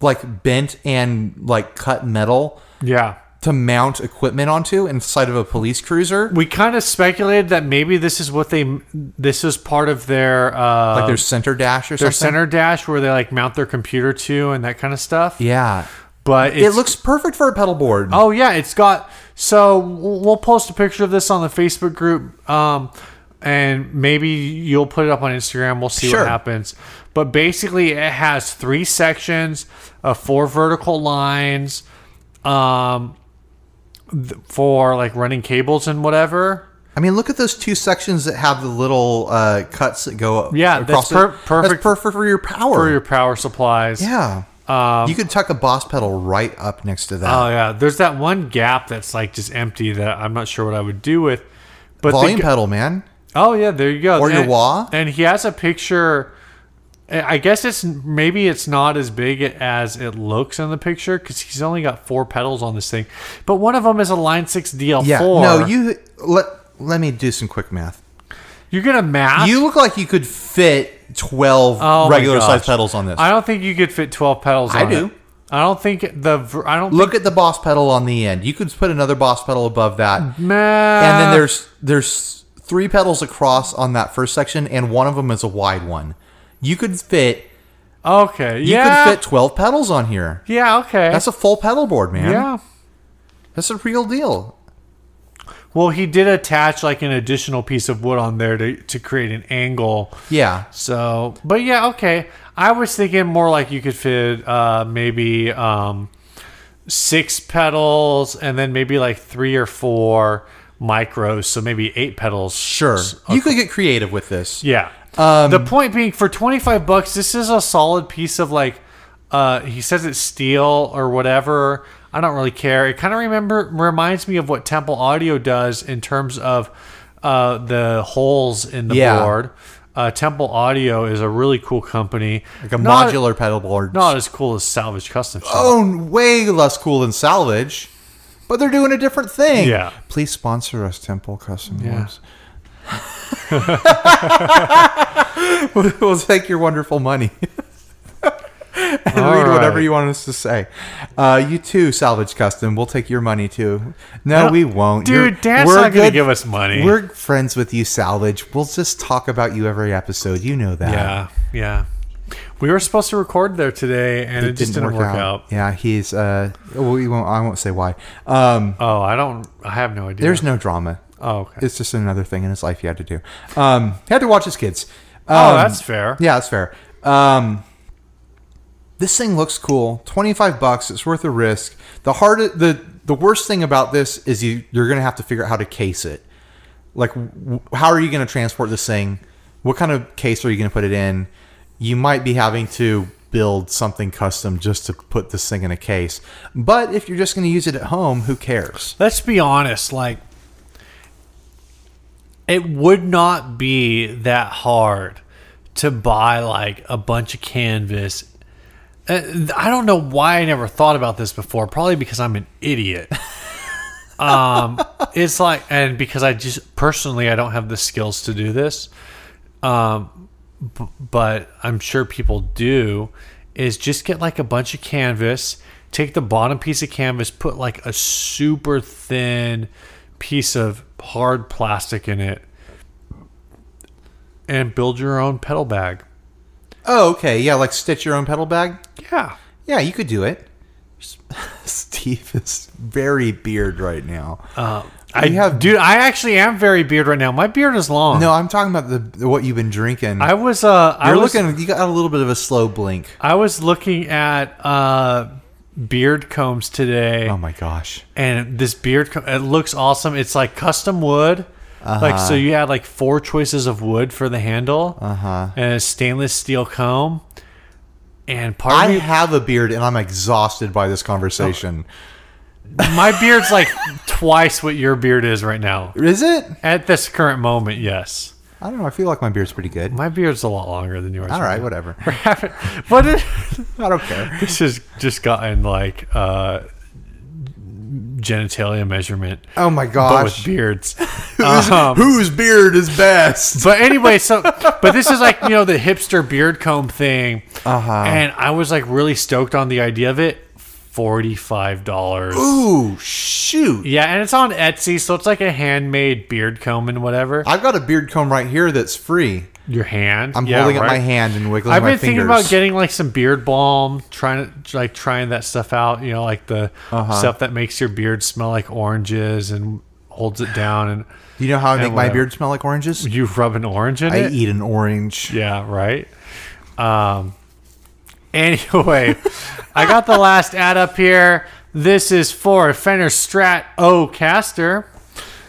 [SPEAKER 1] like bent and like cut metal
[SPEAKER 2] yeah.
[SPEAKER 1] to mount equipment onto inside of a police cruiser.
[SPEAKER 2] We kind of speculated that maybe this is what they. This is part of their uh,
[SPEAKER 1] Like their center dash or
[SPEAKER 2] their
[SPEAKER 1] something.
[SPEAKER 2] center dash where they like mount their computer to and that kind of stuff.
[SPEAKER 1] yeah.
[SPEAKER 2] But
[SPEAKER 1] It
[SPEAKER 2] it's
[SPEAKER 1] looks perfect for a pedal board.
[SPEAKER 2] Oh yeah, it's got. So we'll we'll post a picture of this on the Facebook group, um, and maybe you'll put it up on Instagram. We'll see
[SPEAKER 1] Sure.
[SPEAKER 2] what happens. But basically, it has three sections, uh, four vertical lines, um, th- for like running cables and whatever.
[SPEAKER 1] I mean, look at those two sections that have the little uh, cuts that go up.
[SPEAKER 2] Yeah, that's
[SPEAKER 1] across it.
[SPEAKER 2] per-
[SPEAKER 1] That's
[SPEAKER 2] perfect-
[SPEAKER 1] perfect for your power.
[SPEAKER 2] For your Um, power supplies.
[SPEAKER 1] yeah. you could tuck a boss pedal right up next to that.
[SPEAKER 2] Oh yeah. There's that one gap that's like just empty that I'm not sure what I would do with. But the
[SPEAKER 1] Volume
[SPEAKER 2] g-
[SPEAKER 1] pedal, man.
[SPEAKER 2] Oh yeah, there you go.
[SPEAKER 1] Or your
[SPEAKER 2] And-
[SPEAKER 1] wah?
[SPEAKER 2] And he has a picture. eh, I I guess it's maybe it's not as big as it looks in the picture because he's only got four pedals on this thing, but one of them is a Line Six DL4.
[SPEAKER 1] Yeah. No, you let let me do some quick math.
[SPEAKER 2] you're gonna math.
[SPEAKER 1] You look like you could fit twelve
[SPEAKER 2] Oh, my
[SPEAKER 1] regular
[SPEAKER 2] gosh.
[SPEAKER 1] size pedals on this.
[SPEAKER 2] I don't think you could fit twelve pedals.
[SPEAKER 1] I
[SPEAKER 2] on
[SPEAKER 1] do.
[SPEAKER 2] it. I don't think the. ver- I don't
[SPEAKER 1] Look at the boss pedal on the end. You could put another boss pedal above that, and
[SPEAKER 2] Think, math.
[SPEAKER 1] then there's there's three pedals across on that first section, and one of them is a wide one. You could fit
[SPEAKER 2] okay.
[SPEAKER 1] you
[SPEAKER 2] yeah.
[SPEAKER 1] could fit twelve pedals on here.
[SPEAKER 2] Yeah. Okay.
[SPEAKER 1] That's a full pedal board, man.
[SPEAKER 2] yeah.
[SPEAKER 1] That's a real deal.
[SPEAKER 2] Well, he did attach like an additional piece of wood on there to, to create an angle.
[SPEAKER 1] Yeah.
[SPEAKER 2] So, but yeah, okay. I was thinking more like you could fit uh, maybe um, six pedals and then maybe like three or four micros. So maybe eight pedals.
[SPEAKER 1] Sure. You could get creative with this.
[SPEAKER 2] Yeah. the point being, for 25 bucks, this is a solid piece of like, uh, he says it's steel or whatever. I don't really care. It kind of remember reminds me of what Temple Audio does in terms of uh, the holes in the
[SPEAKER 1] Yeah.
[SPEAKER 2] board. Uh, Temple Audio is a really cool company,
[SPEAKER 1] Like a Oh.
[SPEAKER 2] Not-
[SPEAKER 1] modular pedal board.
[SPEAKER 2] Not as cool as Salvage Custom Shop.
[SPEAKER 1] own way less cool than salvage, but they're doing a different thing.
[SPEAKER 2] Yeah.
[SPEAKER 1] Please sponsor us, Temple Custom
[SPEAKER 2] Yeah.
[SPEAKER 1] Wars. we'll, we'll take your wonderful money. and
[SPEAKER 2] All
[SPEAKER 1] read whatever
[SPEAKER 2] right.
[SPEAKER 1] you want us to say. Uh, you too, Salvage Custom. We'll take your money too. No, we won't.
[SPEAKER 2] Dude,
[SPEAKER 1] You're-
[SPEAKER 2] Dad's
[SPEAKER 1] we're
[SPEAKER 2] not going to
[SPEAKER 1] good-
[SPEAKER 2] give us money.
[SPEAKER 1] We're friends with you, Salvage. We'll just talk about you every episode. You know that.
[SPEAKER 2] yeah, yeah. We were supposed to record there today, and it, just didn't work, out.
[SPEAKER 1] Yeah, he's. Uh, well, we won't, I won't say why. Um,
[SPEAKER 2] Oh, I don't. I have no idea.
[SPEAKER 1] There's no drama.
[SPEAKER 2] Oh, okay.
[SPEAKER 1] It's just another thing in his life he had to do. Um, he had to watch his kids. Um,
[SPEAKER 2] oh, that's fair.
[SPEAKER 1] yeah, that's fair. Um, this thing looks cool. Twenty five bucks. It's worth a risk. The hard, the the worst thing about this is you you're gonna have to figure out how to case it. Like, w- how are you gonna transport this thing? What kind of case are you gonna put it in? You might be having to build something custom just to put this thing in a case. But if you're just gonna use it at home, who cares?
[SPEAKER 2] Let's be honest. Like, it would not be that hard to buy like a bunch of canvas. Uh, I don't know why I never thought about this before. Probably because I'm an idiot. um, it's like, and because I just personally I don't have the skills to do this. but I'm sure people do, is just get like a bunch of canvas, take the bottom piece of canvas, put like a super thin piece of hard plastic in it, and build your own pedal bag.
[SPEAKER 1] Oh, okay. Yeah, like stitch your own pedal bag.
[SPEAKER 2] Yeah.
[SPEAKER 1] Yeah, you could do it. Steve is very beard right now.
[SPEAKER 2] Uh, I
[SPEAKER 1] You have-
[SPEAKER 2] have, dude. I actually am very beard right now. My beard is long.
[SPEAKER 1] no, I'm talking about the what you've been drinking.
[SPEAKER 2] I was. Uh, I
[SPEAKER 1] You're
[SPEAKER 2] was,
[SPEAKER 1] looking. You got a little bit of a slow blink.
[SPEAKER 2] I was looking at uh, beard combs today.
[SPEAKER 1] Oh my gosh.
[SPEAKER 2] and this beard co- it looks awesome it's like custom wood like
[SPEAKER 1] Uh-huh.
[SPEAKER 2] so you had like four choices of wood for the handle uh-huh. and a stainless steel comb and part
[SPEAKER 1] I
[SPEAKER 2] of me,
[SPEAKER 1] have a beard and I'm exhausted by this conversation.
[SPEAKER 2] my beard's like twice what your beard is right now
[SPEAKER 1] Is it?
[SPEAKER 2] at this current moment yes
[SPEAKER 1] I don't know. I feel like my beard's pretty good.
[SPEAKER 2] my beard's a lot longer than yours
[SPEAKER 1] All right, whatever.
[SPEAKER 2] but it,
[SPEAKER 1] I don't care.
[SPEAKER 2] this has just gotten like uh genitalia measurement
[SPEAKER 1] Oh my
[SPEAKER 2] but with
[SPEAKER 1] gosh.
[SPEAKER 2] beards
[SPEAKER 1] Whose beard is best?
[SPEAKER 2] But anyway, so but this is like you know the hipster beard comb thing,
[SPEAKER 1] Uh-huh.
[SPEAKER 2] and I was like really stoked on the idea of it. Forty five dollars.
[SPEAKER 1] Ooh, shoot.
[SPEAKER 2] Yeah, and it's on Etsy, so it's like a handmade beard comb and whatever.
[SPEAKER 1] I've got a beard comb right here that's free.
[SPEAKER 2] Your hand.
[SPEAKER 1] I'm
[SPEAKER 2] Yeah,
[SPEAKER 1] holding up
[SPEAKER 2] right.
[SPEAKER 1] my hand and wiggling
[SPEAKER 2] I've
[SPEAKER 1] my
[SPEAKER 2] been
[SPEAKER 1] fingers.
[SPEAKER 2] thinking about getting like some beard balm, trying to like trying that stuff out. You know, like the
[SPEAKER 1] Uh-huh.
[SPEAKER 2] stuff that makes your beard smell like oranges and holds it down, and
[SPEAKER 1] Do you know how I make my
[SPEAKER 2] whatever.
[SPEAKER 1] beard smell like oranges?
[SPEAKER 2] you rub an orange in
[SPEAKER 1] I
[SPEAKER 2] it.
[SPEAKER 1] eat an orange.
[SPEAKER 2] Yeah, right. Um, anyway, I got the last ad up here. This is for a Fender Strat O Caster,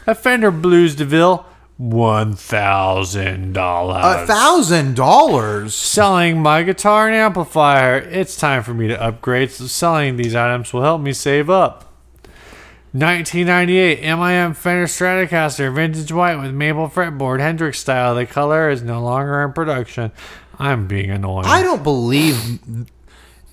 [SPEAKER 2] a Fender Blues DeVille, one thousand
[SPEAKER 1] A
[SPEAKER 2] dollars.
[SPEAKER 1] thousand dollars.
[SPEAKER 2] Selling my guitar and amplifier. It's time for me to upgrade. So selling these items will help me save up. 1998 MIM Fender Stratocaster, vintage white with maple fretboard, Hendrix style. The color is no longer in production. I'm being annoying.
[SPEAKER 1] I don't believe.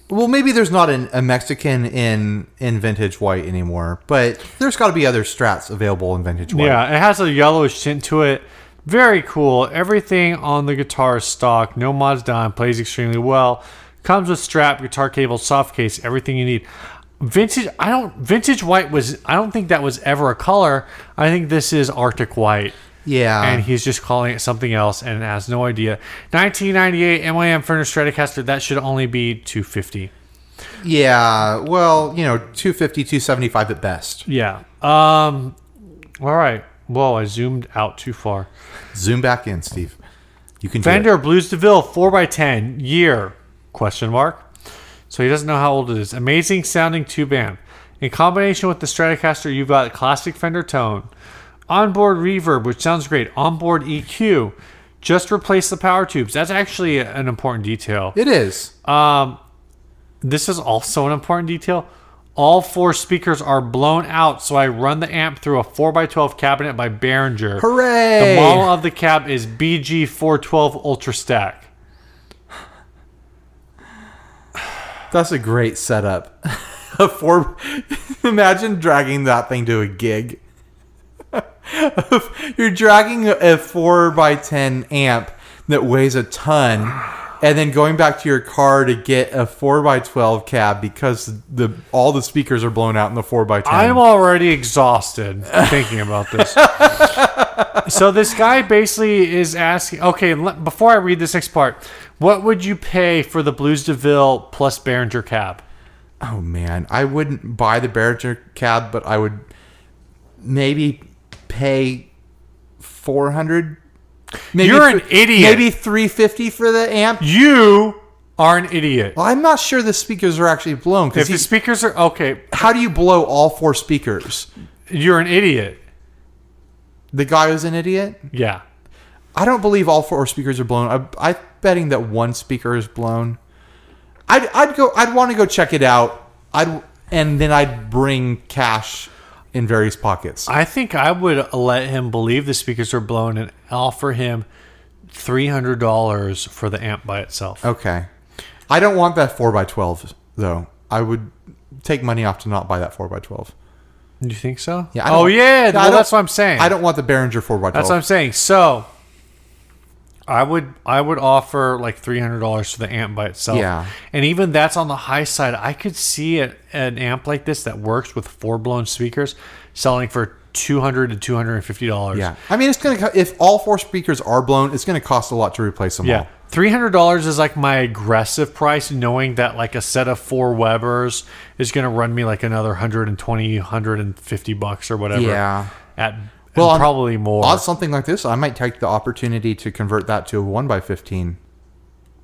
[SPEAKER 1] Well, maybe there's not an, a Mexican in in vintage white anymore, but there's got to be other strats available in vintage white.
[SPEAKER 2] yeah, it has a yellowish tint to it. Very cool. Everything on the guitar is stock. No mods done. Plays extremely well. Comes with strap, guitar cable, soft case, everything you need. Vintage. I don't. Vintage white was. I don't think that was ever a color. I think this is Arctic white.
[SPEAKER 1] yeah.
[SPEAKER 2] and he's just calling it something else and has no idea. 1998 MIM Furnace Stratocaster, that should only be 250.
[SPEAKER 1] yeah. Well, you know, 250, 275 at best.
[SPEAKER 2] Yeah. Um All right. Whoa, I zoomed out too far.
[SPEAKER 3] Zoom back in, Steve. You can do it.
[SPEAKER 2] Vander Blues Deville, 4x10, year, question mark. So he doesn't know how old it is. Amazing sounding two band. In combination with the Stratocaster, you've got classic Fender tone, onboard reverb, which sounds great, onboard EQ. Just replace the power tubes. That's actually an important detail.
[SPEAKER 3] It is.
[SPEAKER 2] Uh, This is also an important detail. All four speakers are blown out, so I run the amp through a 4x12 cabinet by Behringer.
[SPEAKER 3] Hooray!
[SPEAKER 2] The model of the cab is BG412 Ultra Stack.
[SPEAKER 3] That's a great setup.
[SPEAKER 1] A four. Imagine dragging that thing to a gig. You're dragging a four by ten amp that weighs a ton, and then going back to your car to get a four by twelve cab because the all the speakers are blown out in the four by
[SPEAKER 2] I'm
[SPEAKER 1] ten.
[SPEAKER 2] already exhausted thinking about this. so this guy basically is asking, okay, le- before I read this next part, what would you pay for the Blues DeVille plus Behringer cab?
[SPEAKER 1] Oh man, I wouldn't buy the Behringer cab, but I would maybe pay four hundred. Maybe
[SPEAKER 2] You're an
[SPEAKER 1] th-
[SPEAKER 2] idiot.
[SPEAKER 1] Maybe three fifty for the amp.
[SPEAKER 2] You are an idiot.
[SPEAKER 1] Well, I'm not sure the speakers are actually blown
[SPEAKER 2] If
[SPEAKER 1] because
[SPEAKER 2] the speakers are okay,
[SPEAKER 1] how do you blow all four speakers?
[SPEAKER 2] you're an idiot.
[SPEAKER 1] The guy was an idiot.
[SPEAKER 2] Yeah.
[SPEAKER 1] I don't believe all four speakers are blown. I, I'm betting that one speaker is blown. I'd, I'd go. I'd want to go check it out. I'd and then I'd bring cash in various pockets.
[SPEAKER 2] I think I would let him believe the speakers are blown and offer him $300 for the amp by itself.
[SPEAKER 1] Okay. I don't want that four x twelve though. I would take money off to not buy that four x twelve.
[SPEAKER 2] Do you think so?
[SPEAKER 1] Yeah, I don't-
[SPEAKER 2] oh, yeah.
[SPEAKER 1] I
[SPEAKER 2] Well,
[SPEAKER 1] don't-
[SPEAKER 2] that's what I'm saying.
[SPEAKER 1] I don't want the Behringer four x twelve.
[SPEAKER 2] That's what I'm saying. So I would I would offer like three hundred dollars for the amp by itself.
[SPEAKER 1] Yeah.
[SPEAKER 2] And even that's on the high side. I could see it, an amp like this that works with four blown speakers selling for two hundred to two hundred and fifty dollars.
[SPEAKER 1] Yeah. I mean, it's gonna. co- If all four speakers are blown, it's gonna cost a lot to replace them all.
[SPEAKER 2] Yeah. Three hundred dollars is like my aggressive price, knowing that like a set of four Webers is gonna run me like another 120, 150 bucks or whatever.
[SPEAKER 1] Yeah.
[SPEAKER 2] At
[SPEAKER 1] Well,
[SPEAKER 2] well,
[SPEAKER 1] on-
[SPEAKER 2] probably more.
[SPEAKER 1] on something like this, I might take the opportunity to convert that to a one by fifteen.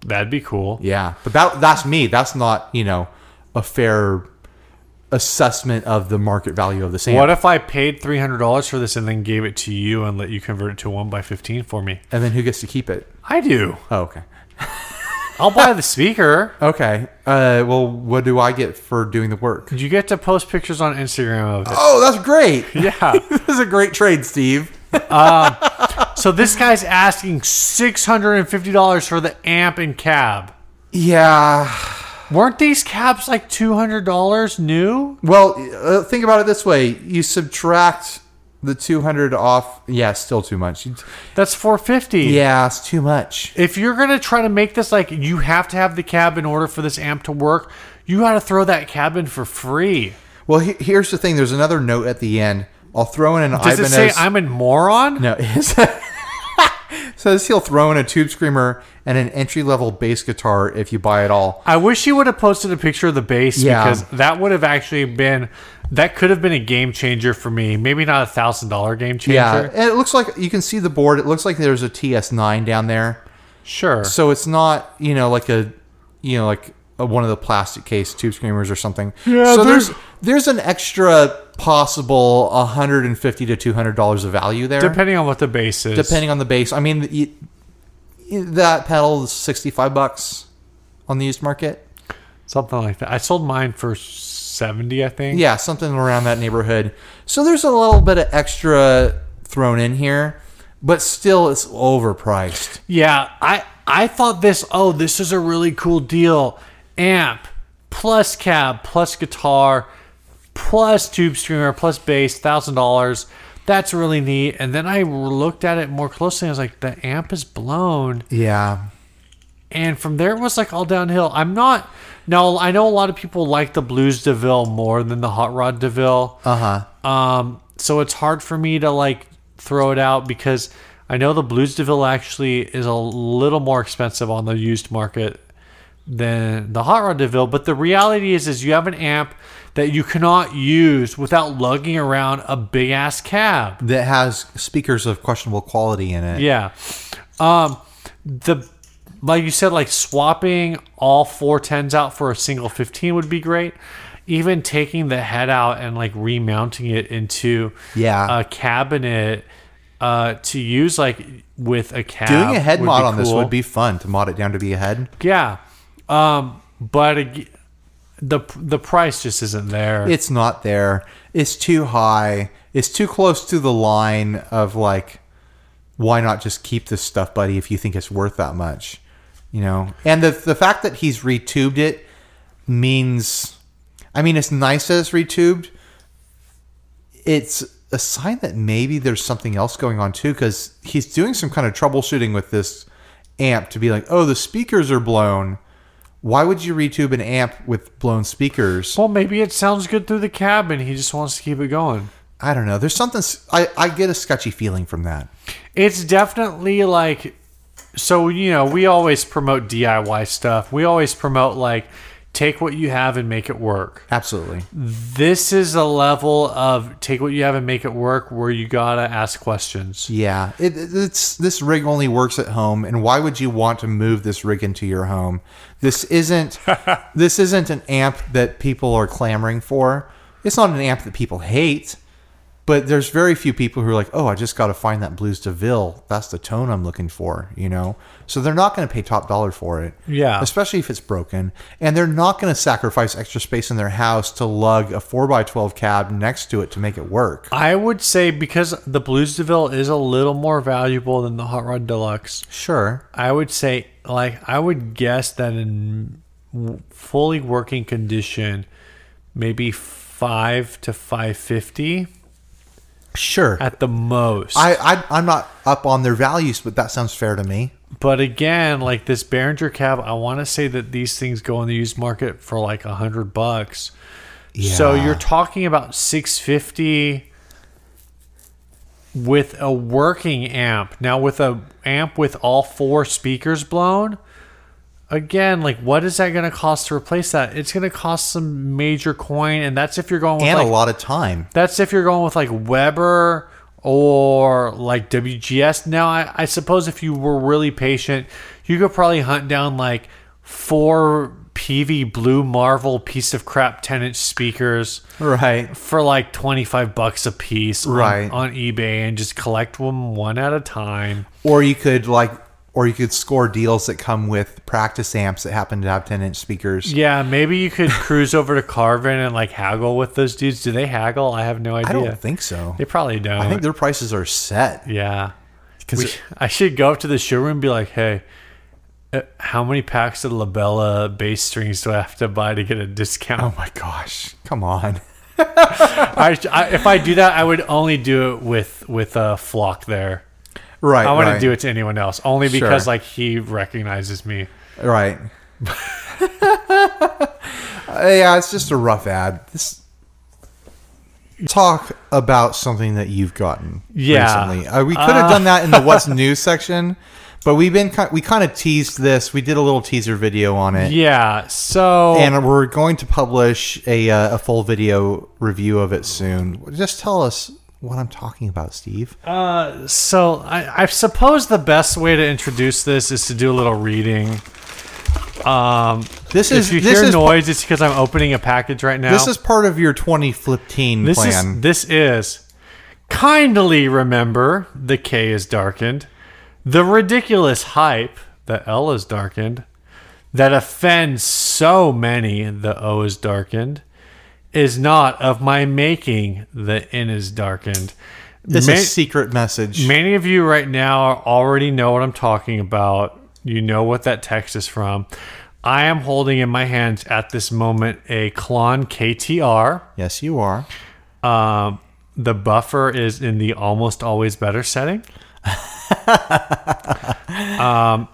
[SPEAKER 2] That'd be cool.
[SPEAKER 1] Yeah, but that that's me. That's not you know a fair assessment of the market value of the sand,
[SPEAKER 2] What if I paid three hundred dollars for this and then gave it to you and let you convert it to one by fifteen for me?
[SPEAKER 1] and then who gets to keep it?
[SPEAKER 2] I do.
[SPEAKER 1] Oh, okay,
[SPEAKER 2] I'll buy the speaker.
[SPEAKER 1] okay. Uh, well, what do I get for doing the work?
[SPEAKER 2] You get to post pictures on Instagram of it.
[SPEAKER 1] Oh, that's great.
[SPEAKER 2] Yeah.
[SPEAKER 1] this is a great trade, Steve.
[SPEAKER 2] So this guy's asking six hundred and fifty dollars for the amp and cab.
[SPEAKER 1] Yeah.
[SPEAKER 2] Weren't these cabs like two hundred dollars new?
[SPEAKER 1] Well, uh, think about it this way: you subtract the two hundred off. Yeah, still too much. You-
[SPEAKER 2] That's four fifty.
[SPEAKER 1] Yeah, it's too much.
[SPEAKER 2] If you're gonna try to make this like you have to have the cab in order for this amp to work, you gotta throw that cab in for free.
[SPEAKER 1] Well, he- here's the thing. There's another note at the end. I'll throw in an
[SPEAKER 2] Does
[SPEAKER 1] Ibanez.
[SPEAKER 2] it say I'm a moron?
[SPEAKER 1] no, it says he'll throw in a tube screamer and an entry level bass guitar if you buy it all.
[SPEAKER 2] I wish you would have posted a picture of the bass
[SPEAKER 1] Yeah.
[SPEAKER 2] because that would have actually been that could have been a game changer for me. Maybe not a thousand dollar game changer.
[SPEAKER 1] Yeah, and it looks like you can see the board. It looks like there's a TS9 down there,
[SPEAKER 2] Sure.
[SPEAKER 1] so it's not you know like a you know like a, one of the plastic case tube screamers or something.
[SPEAKER 2] Yeah,
[SPEAKER 1] So
[SPEAKER 2] there's-
[SPEAKER 1] there's there's an extra possible 150 to 200 dollars of value there.
[SPEAKER 2] depending on what the bass is.
[SPEAKER 1] depending on the base. I mean, you, you- that pedal is sixty-five bucks on the used market.
[SPEAKER 2] something like that. I sold mine for seventy, I think.
[SPEAKER 1] Yeah, something around that neighborhood. So there's a little bit of extra thrown in here, but still, it's overpriced.
[SPEAKER 2] Yeah, I I thought this. Oh, this is a really cool deal. Amp plus cab plus guitar plus tube streamer plus bass, thousand dollars. That's really neat. And then I looked at it more closely. I was like, the amp is blown.
[SPEAKER 1] Yeah,
[SPEAKER 2] and from there it was like all downhill. I'm not now. I know a lot of people like the Blues Deville more than the Hot Rod Deville.
[SPEAKER 1] Uh-huh.
[SPEAKER 2] Uh huh. Um, so it's hard for me to like throw it out because I know the Blues Deville actually is a little more expensive on the used market than the Hot Rod Deville. But the reality is, is you have an amp that you cannot use without lugging around a big ass cab.
[SPEAKER 1] that has speakers of questionable quality in it.
[SPEAKER 2] Yeah. Um, the like you said, like swapping all four tens out for a single fifteen would be great. Even taking the head out and like remounting it into
[SPEAKER 1] Yeah.
[SPEAKER 2] a cabinet uh, to use like with a cab.
[SPEAKER 1] Doing a head
[SPEAKER 2] would
[SPEAKER 1] mod
[SPEAKER 2] be
[SPEAKER 1] on this
[SPEAKER 2] cool.
[SPEAKER 1] would be fun to mod it down to be a head.
[SPEAKER 2] yeah. Um, but ag- the the price just isn't there.
[SPEAKER 1] It's not there. It's too high. It's too close to the line of like, why not just keep this stuff, buddy, if you think it's worth that much? You know? And the the fact that he's retubed it means I mean it's nice that it's retubed. It's a sign that maybe there's something else going on too, because he's doing some kind of troubleshooting with this amp to be like, oh, the speakers are blown. Why would you retube an amp with blown speakers?
[SPEAKER 2] well, maybe it sounds good through the cab, and he just wants to keep it going.
[SPEAKER 1] I don't know. There's something s- I, I get a sketchy feeling from that.
[SPEAKER 2] It's definitely like so you know, we always promote DIY stuff. We always promote like take what you have and make it work.
[SPEAKER 1] Absolutely.
[SPEAKER 2] This is a level of take what you have and make it work where you got to ask questions.
[SPEAKER 1] Yeah. It, it- it's this rig only works at home, and why would you want to move this rig into your home? This isn't this isn't an amp that people are clamoring for. It's not an amp that people hate, but there's very few people who are like, oh, I just got to find that Blues DeVille. That's the tone I'm looking for. You know, so they're not going to pay top dollar for it.
[SPEAKER 2] Yeah.
[SPEAKER 1] especially if it's broken. And they're not going to sacrifice extra space in their house to lug a 4x12 cab next to it to make it work.
[SPEAKER 2] I would say because the Blues Deville is a little more valuable than the Hot Rod Deluxe,
[SPEAKER 1] Sure.
[SPEAKER 2] I would say like I would guess that in w- fully working condition maybe 5 to 550
[SPEAKER 1] Sure.
[SPEAKER 2] at the most.
[SPEAKER 1] I, I I'm not up on their values, but that sounds fair to me.
[SPEAKER 2] But again, like this Behringer cab, I want to say that these things go in the used market for like a hundred bucks. So
[SPEAKER 1] Yeah.
[SPEAKER 2] you're talking about six fifty with a working amp. Now with a amp with all four speakers blown, again, like what is that going to cost to replace that? It's going to cost some major coin, and that's if you're going with
[SPEAKER 1] And
[SPEAKER 2] like,
[SPEAKER 1] a lot of time.
[SPEAKER 2] that's if you're going with like Weber or like WGS. Now, I, I suppose if you were really patient, you could probably hunt down like four PV Blue Marvel piece of crap 10 inch speakers
[SPEAKER 1] Right.
[SPEAKER 2] for like 25 bucks a piece on-
[SPEAKER 1] Right.
[SPEAKER 2] on, eBay and just collect them one at a time.
[SPEAKER 1] Or you could like or you could score deals that come with practice amps that happen to have ten inch speakers.
[SPEAKER 2] Yeah, maybe you could cruise over to Carvin and like haggle with those dudes. Do they haggle? I have no idea.
[SPEAKER 1] I don't think so.
[SPEAKER 2] they probably don't.
[SPEAKER 1] I think their prices are set.
[SPEAKER 2] Yeah. We,
[SPEAKER 1] it-
[SPEAKER 2] I should go up to the showroom and be like, hey, uh, how many packs of Labella bass strings do I have to buy to get a discount?
[SPEAKER 1] Oh my gosh. Come on.
[SPEAKER 2] I, I, if I do that, I would only do it with with uh, Flock there.
[SPEAKER 1] Right.
[SPEAKER 2] I
[SPEAKER 1] want
[SPEAKER 2] wouldn't do it to anyone else, only because
[SPEAKER 1] Sure.
[SPEAKER 2] like he recognizes me.
[SPEAKER 1] it. Right. Uh, yeah, it's just a rough ad. This talk about something that you've gotten
[SPEAKER 2] Yeah.
[SPEAKER 1] recently. Uh, we could have done that in the what's new section, but we've been ki- we kind of teased this. We did a little teaser video on it,
[SPEAKER 2] Yeah. So
[SPEAKER 1] and we're going to publish a uh, a full video review of it soon. Just tell us what I'm talking about, Steve.
[SPEAKER 2] Uh, so I, I suppose the best way to introduce this is to do a little reading. Um,
[SPEAKER 1] This
[SPEAKER 2] if
[SPEAKER 1] is-
[SPEAKER 2] you
[SPEAKER 1] this
[SPEAKER 2] hear
[SPEAKER 1] is-
[SPEAKER 2] noise, it's because I'm opening a package right now.
[SPEAKER 1] This is part of your 2015
[SPEAKER 2] This
[SPEAKER 1] plan.
[SPEAKER 2] is this is kindly remember the K is darkened, the ridiculous hype the L is darkened, that offends so many the O is darkened, is not of my making the N is darkened.
[SPEAKER 1] This
[SPEAKER 2] Ma-
[SPEAKER 1] is secret message.
[SPEAKER 2] Many of you right now are- already know what I'm talking about. You know what that text is from. I am holding in my hands at this moment a Klon KTR.
[SPEAKER 1] yes, you are.
[SPEAKER 2] Um, the buffer is in the almost always better setting.
[SPEAKER 1] I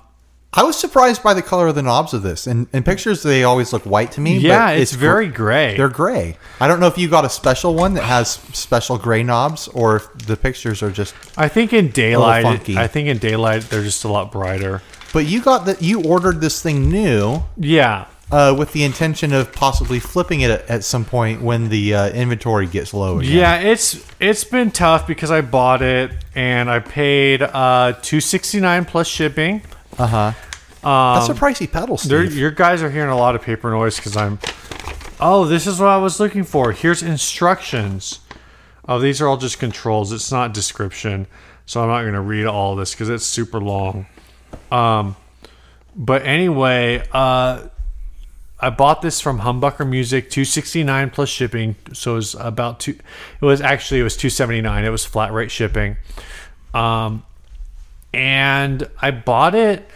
[SPEAKER 1] was surprised by the color of the knobs of this. In, in pictures, they always look white to me. but
[SPEAKER 2] Yeah, it's,
[SPEAKER 1] gr-
[SPEAKER 2] very gray.
[SPEAKER 1] They're gray. I don't know if you got a special one that has special gray knobs, or if the pictures are just.
[SPEAKER 2] I think in daylight,
[SPEAKER 1] funky.
[SPEAKER 2] I think in daylight they're just a lot brighter.
[SPEAKER 1] But you got that. You ordered this thing new,
[SPEAKER 2] Yeah,
[SPEAKER 1] uh, with the intention of possibly flipping it at, at some point when the uh, inventory gets low again.
[SPEAKER 2] Yeah, it's it's been tough because I bought it and I paid uh 269 plus shipping.
[SPEAKER 1] Uh huh. Um, That's a pricey pedal,
[SPEAKER 2] There,
[SPEAKER 1] Steve.
[SPEAKER 2] your guys are hearing a lot of paper noise because I'm. Oh, this is what I was looking for. Here's instructions. Oh, these are all just controls. It's not description, so I'm not going to read all this because it's super long. Um, but anyway, uh, I bought this from Humbucker Music, two sixty nine plus shipping. So it was about two. It was actually it was two seventy nine. It was flat rate shipping. Um, and I bought it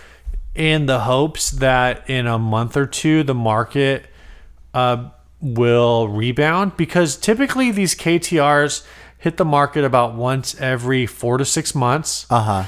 [SPEAKER 2] in the hopes that in a month or two the market uh, will rebound because typically these KTRs hit the market about once every four to six months.
[SPEAKER 1] Uh huh.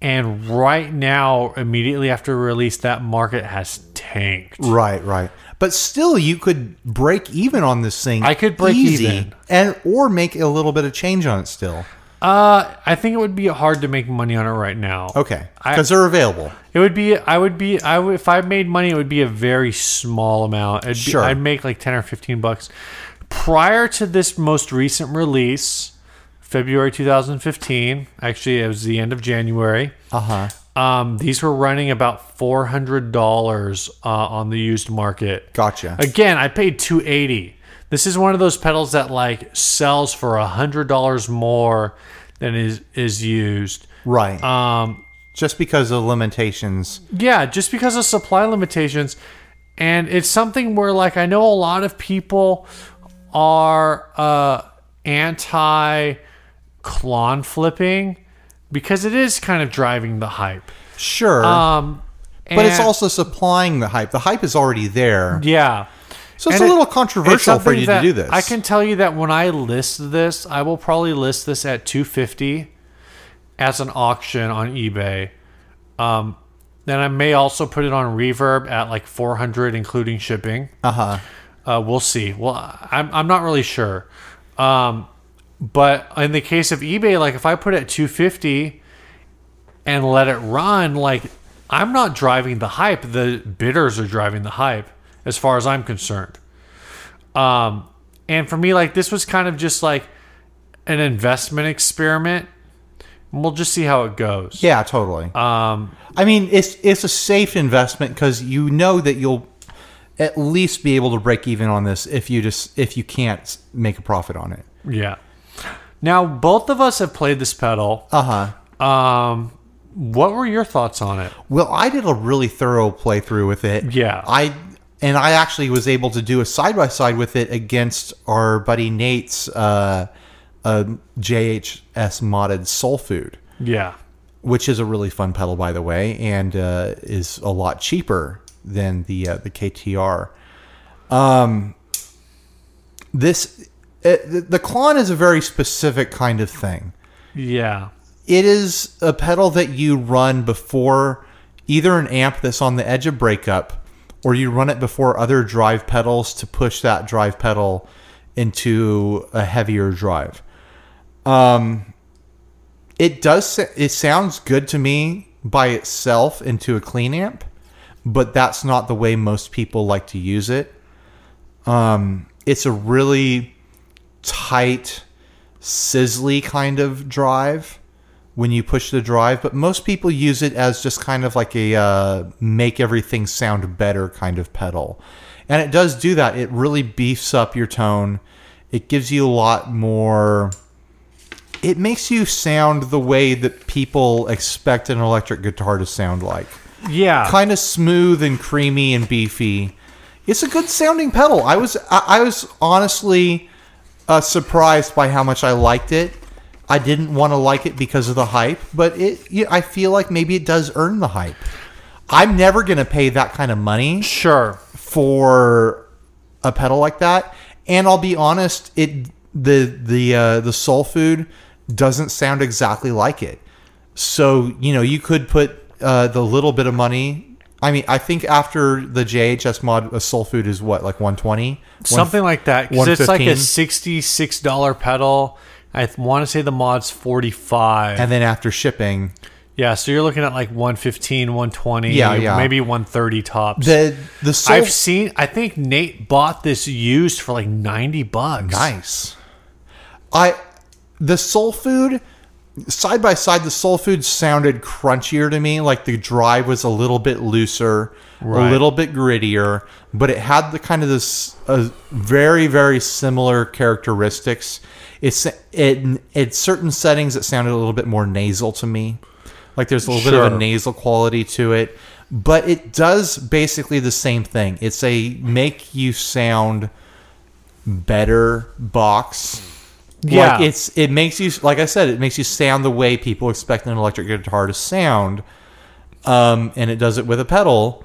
[SPEAKER 2] And right now, immediately after release, that market has tanked.
[SPEAKER 1] Right, right. But still, you could break even on this thing.
[SPEAKER 2] I could break
[SPEAKER 1] easy
[SPEAKER 2] even.
[SPEAKER 1] and or make a little bit of change on it still.
[SPEAKER 2] Uh, I think it would be hard to make money on it right now.
[SPEAKER 1] Okay,
[SPEAKER 2] I-
[SPEAKER 1] because they're available.
[SPEAKER 2] It would be. I would be. I would, if I made money, it would be a very small amount. It'd
[SPEAKER 1] Sure.
[SPEAKER 2] Be, I'd make like ten or fifteen bucks. Prior to this most recent release, February 2015. Actually, it was the end of January.
[SPEAKER 1] Uh huh.
[SPEAKER 2] Um, these were running about four hundred dollars uh, on the used market.
[SPEAKER 1] Gotcha.
[SPEAKER 2] Again, I paid two eighty. This is one of those pedals that like sells for hundred dollars more than is is used.
[SPEAKER 1] Right.
[SPEAKER 2] Um,
[SPEAKER 1] Just because of limitations.
[SPEAKER 2] yeah, just because of supply limitations. And it's something where, like, I know a lot of people are uh, anti clon flipping because it is kind of driving the hype.
[SPEAKER 1] Sure.
[SPEAKER 2] Um,
[SPEAKER 1] but it's
[SPEAKER 2] and-
[SPEAKER 1] also supplying the hype. The hype is already there.
[SPEAKER 2] yeah.
[SPEAKER 1] So it's
[SPEAKER 2] And
[SPEAKER 1] a little
[SPEAKER 2] it- it's
[SPEAKER 1] controversial for
[SPEAKER 2] something
[SPEAKER 1] you to
[SPEAKER 2] that
[SPEAKER 1] do this.
[SPEAKER 2] I can tell you that when I list this, I will probably list this at 250 as an auction on eBay. Um, then I may also put it on Reverb at like 400, including shipping.
[SPEAKER 1] Uh-huh.
[SPEAKER 2] Uh, we'll see. Well, I'm, I'm not really sure. Um, but in the case of eBay, like if I put it at 250 and let it run, like I'm not driving the hype. The bidders are driving the hype as far as I'm concerned. Um, and for me, like this was kind of just like an investment experiment. And we'll just see how it goes.
[SPEAKER 1] Yeah, totally.
[SPEAKER 2] Um,
[SPEAKER 1] I mean, it's it's a safe investment because you know that you'll at least be able to break even on this if you just if you can't s- make a profit on it.
[SPEAKER 2] yeah. Now, both of us have played this pedal.
[SPEAKER 1] Uh huh.
[SPEAKER 2] Um, what were your thoughts on it?
[SPEAKER 1] Well, I did a really thorough playthrough with it.
[SPEAKER 2] Yeah.
[SPEAKER 1] I and I actually was able to do a side by side with it against our buddy Nate's uh, uh, JHS modded Soul Food,
[SPEAKER 2] Yeah.
[SPEAKER 1] which is a really fun pedal, by the way, and uh, is a lot cheaper than the uh, the KTR. Um, this uh, the, the Klon is a very specific kind of thing
[SPEAKER 2] Yeah.
[SPEAKER 1] it is a pedal that you run before either an amp that's on the edge of breakup or you run it before other drive pedals to push that drive pedal into a heavier drive. Um, it does s- it sounds good to me by itself into a clean amp, but that's not the way most people like to use it. Um, it's a really tight, sizzly kind of drive when you push the drive, but most people use it as just kind of like a uh, make everything sound better kind of pedal. And it does do that. It really beefs up your tone. It gives you a lot more. It makes you sound the way that people expect an electric guitar to sound like.
[SPEAKER 2] Yeah.
[SPEAKER 1] Kind of smooth and creamy and beefy. It's a good sounding pedal. I was I, I was honestly uh, surprised by how much I liked it. I didn't want to like it because of the hype, but it yeah, I feel like maybe it does earn the hype. I'm never going to pay that kind of money
[SPEAKER 2] Sure.
[SPEAKER 1] for a pedal like that. And I'll be honest, it the the uh, the soul food doesn't sound exactly like it. So you know, you could put uh, the little bit of money. I mean, I think after the JHS mod, a soul food is what like 120,
[SPEAKER 2] Something like that. 'cause it's like a
[SPEAKER 1] 115.
[SPEAKER 2] sixty-six dollar pedal. I want to say the mod's forty-five.
[SPEAKER 1] and then after shipping,
[SPEAKER 2] Yeah, so you're looking at like 115, 120,
[SPEAKER 1] Yeah, yeah.
[SPEAKER 2] maybe 130 tops.
[SPEAKER 1] The the soul
[SPEAKER 2] I've seen. I think Nate bought this used for like ninety bucks.
[SPEAKER 1] Nice. I the soul food side by side the soul food sounded crunchier to me like the drive was a little bit looser
[SPEAKER 2] Right.
[SPEAKER 1] a little bit grittier but it had the kind of this uh, very very similar characteristics it's in in certain settings it sounded a little bit more nasal to me like there's a little bit of a
[SPEAKER 2] Sure.
[SPEAKER 1] nasal quality to it but it does basically the same thing it's a make you sound better box.
[SPEAKER 2] Yeah.
[SPEAKER 1] Like it's it makes you like I said, it makes you sound the way people expect an electric guitar to sound. Um, and it does it with a pedal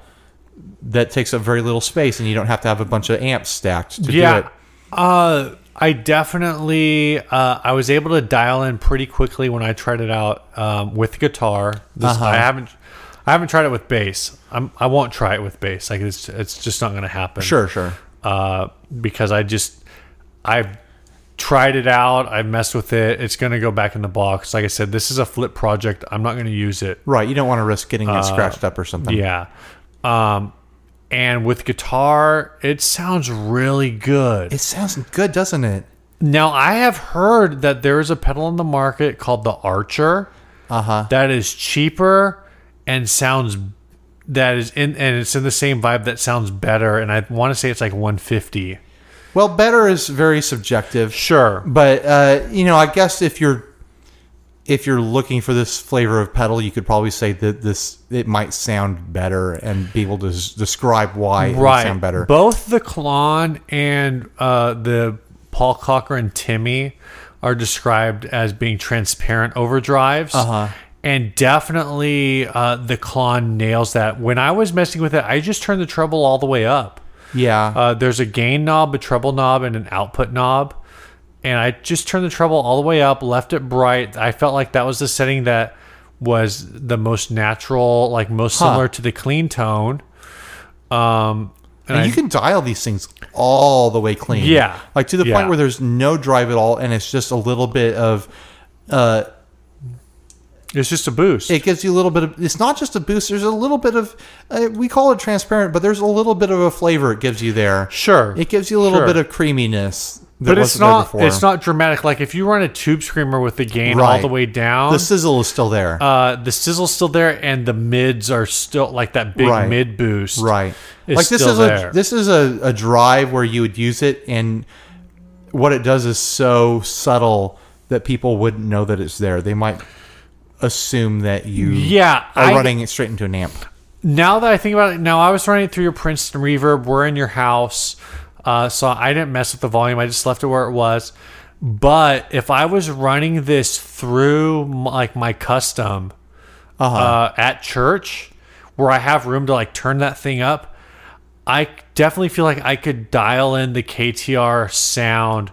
[SPEAKER 1] that takes up very little space and you don't have to have a bunch of amps stacked to do
[SPEAKER 2] Yeah.
[SPEAKER 1] it.
[SPEAKER 2] Uh, I definitely. Uh, I was able to dial in pretty quickly when I tried it out um, with guitar. This,
[SPEAKER 1] Uh-huh.
[SPEAKER 2] I haven't. I haven't tried it with bass. I'm, I won't try it with bass. Like it's, it's just not going to happen.
[SPEAKER 1] Sure, sure.
[SPEAKER 2] uh, because I just I've tried it out. I've messed with it. It's going to go back in the box. Like I said, this is a flip project. I'm not going to use it.
[SPEAKER 1] Right. You don't want to risk getting it scratched up or something.
[SPEAKER 2] Uh, Yeah. Um, and with guitar, it sounds really good.
[SPEAKER 1] It sounds good, doesn't it?
[SPEAKER 2] Now I have heard that there is a pedal on the market called the Archer. Uh-huh. That is cheaper and sounds that is in and it's in the same vibe that sounds better and I want to say it's like 150.
[SPEAKER 1] Well, better is very subjective.
[SPEAKER 2] Sure.
[SPEAKER 1] But uh, you know, I guess if you're if you're looking for this flavor of pedal, you could probably say that this it might sound better and be able to s- describe why it would sound better.
[SPEAKER 2] Both the Klon and uh, the Paul Cochran Timmy are described as being transparent overdrives. Uh-huh. And definitely uh, the Klon nails that. When I was messing with it, I just turned the treble all the way up.
[SPEAKER 1] yeah,
[SPEAKER 2] Uh, there's a gain knob, a treble knob, and an output knob. And I just turned the treble all the way up, left it bright. I felt like that was the setting that was the most natural, like most similar to the clean tone. Um, and
[SPEAKER 1] and
[SPEAKER 2] I-
[SPEAKER 1] you can dial these things all the way clean.
[SPEAKER 2] Yeah.
[SPEAKER 1] like to the
[SPEAKER 2] Yeah.
[SPEAKER 1] point where there's no drive at all, and it's just a little bit of. Uh,
[SPEAKER 2] it's just a boost.
[SPEAKER 1] it gives you a little bit of. It's not just a boost. There's a little bit of. Uh, we call it transparent, but there's a little bit of a flavor it gives you there.
[SPEAKER 2] sure,
[SPEAKER 1] It gives you a little
[SPEAKER 2] Sure.
[SPEAKER 1] bit of creaminess. That
[SPEAKER 2] but it's
[SPEAKER 1] wasn't there
[SPEAKER 2] not.
[SPEAKER 1] before.
[SPEAKER 2] It's not dramatic. Like if you run a tube screamer with the gain all
[SPEAKER 1] Right.
[SPEAKER 2] the way down,
[SPEAKER 1] The sizzle is still there.
[SPEAKER 2] uh, the sizzle's still there, and the mids are still like that big
[SPEAKER 1] Right.
[SPEAKER 2] mid boost.
[SPEAKER 1] right
[SPEAKER 2] It's
[SPEAKER 1] like this
[SPEAKER 2] still
[SPEAKER 1] is
[SPEAKER 2] there.
[SPEAKER 1] a this is a, a drive where you would use it and what it does is so subtle that people wouldn't know that it's there they might assume that you
[SPEAKER 2] Yeah,
[SPEAKER 1] are
[SPEAKER 2] I-
[SPEAKER 1] running it straight into an amp
[SPEAKER 2] now that I think about it, now I was running it through your Princeton reverb. We're in your house, uh, so I didn't mess with the volume. I just left it where it was. But if I was running this through m- like my custom uh at church, where I have room to like turn that thing up, I definitely feel like I could dial in the KTR sound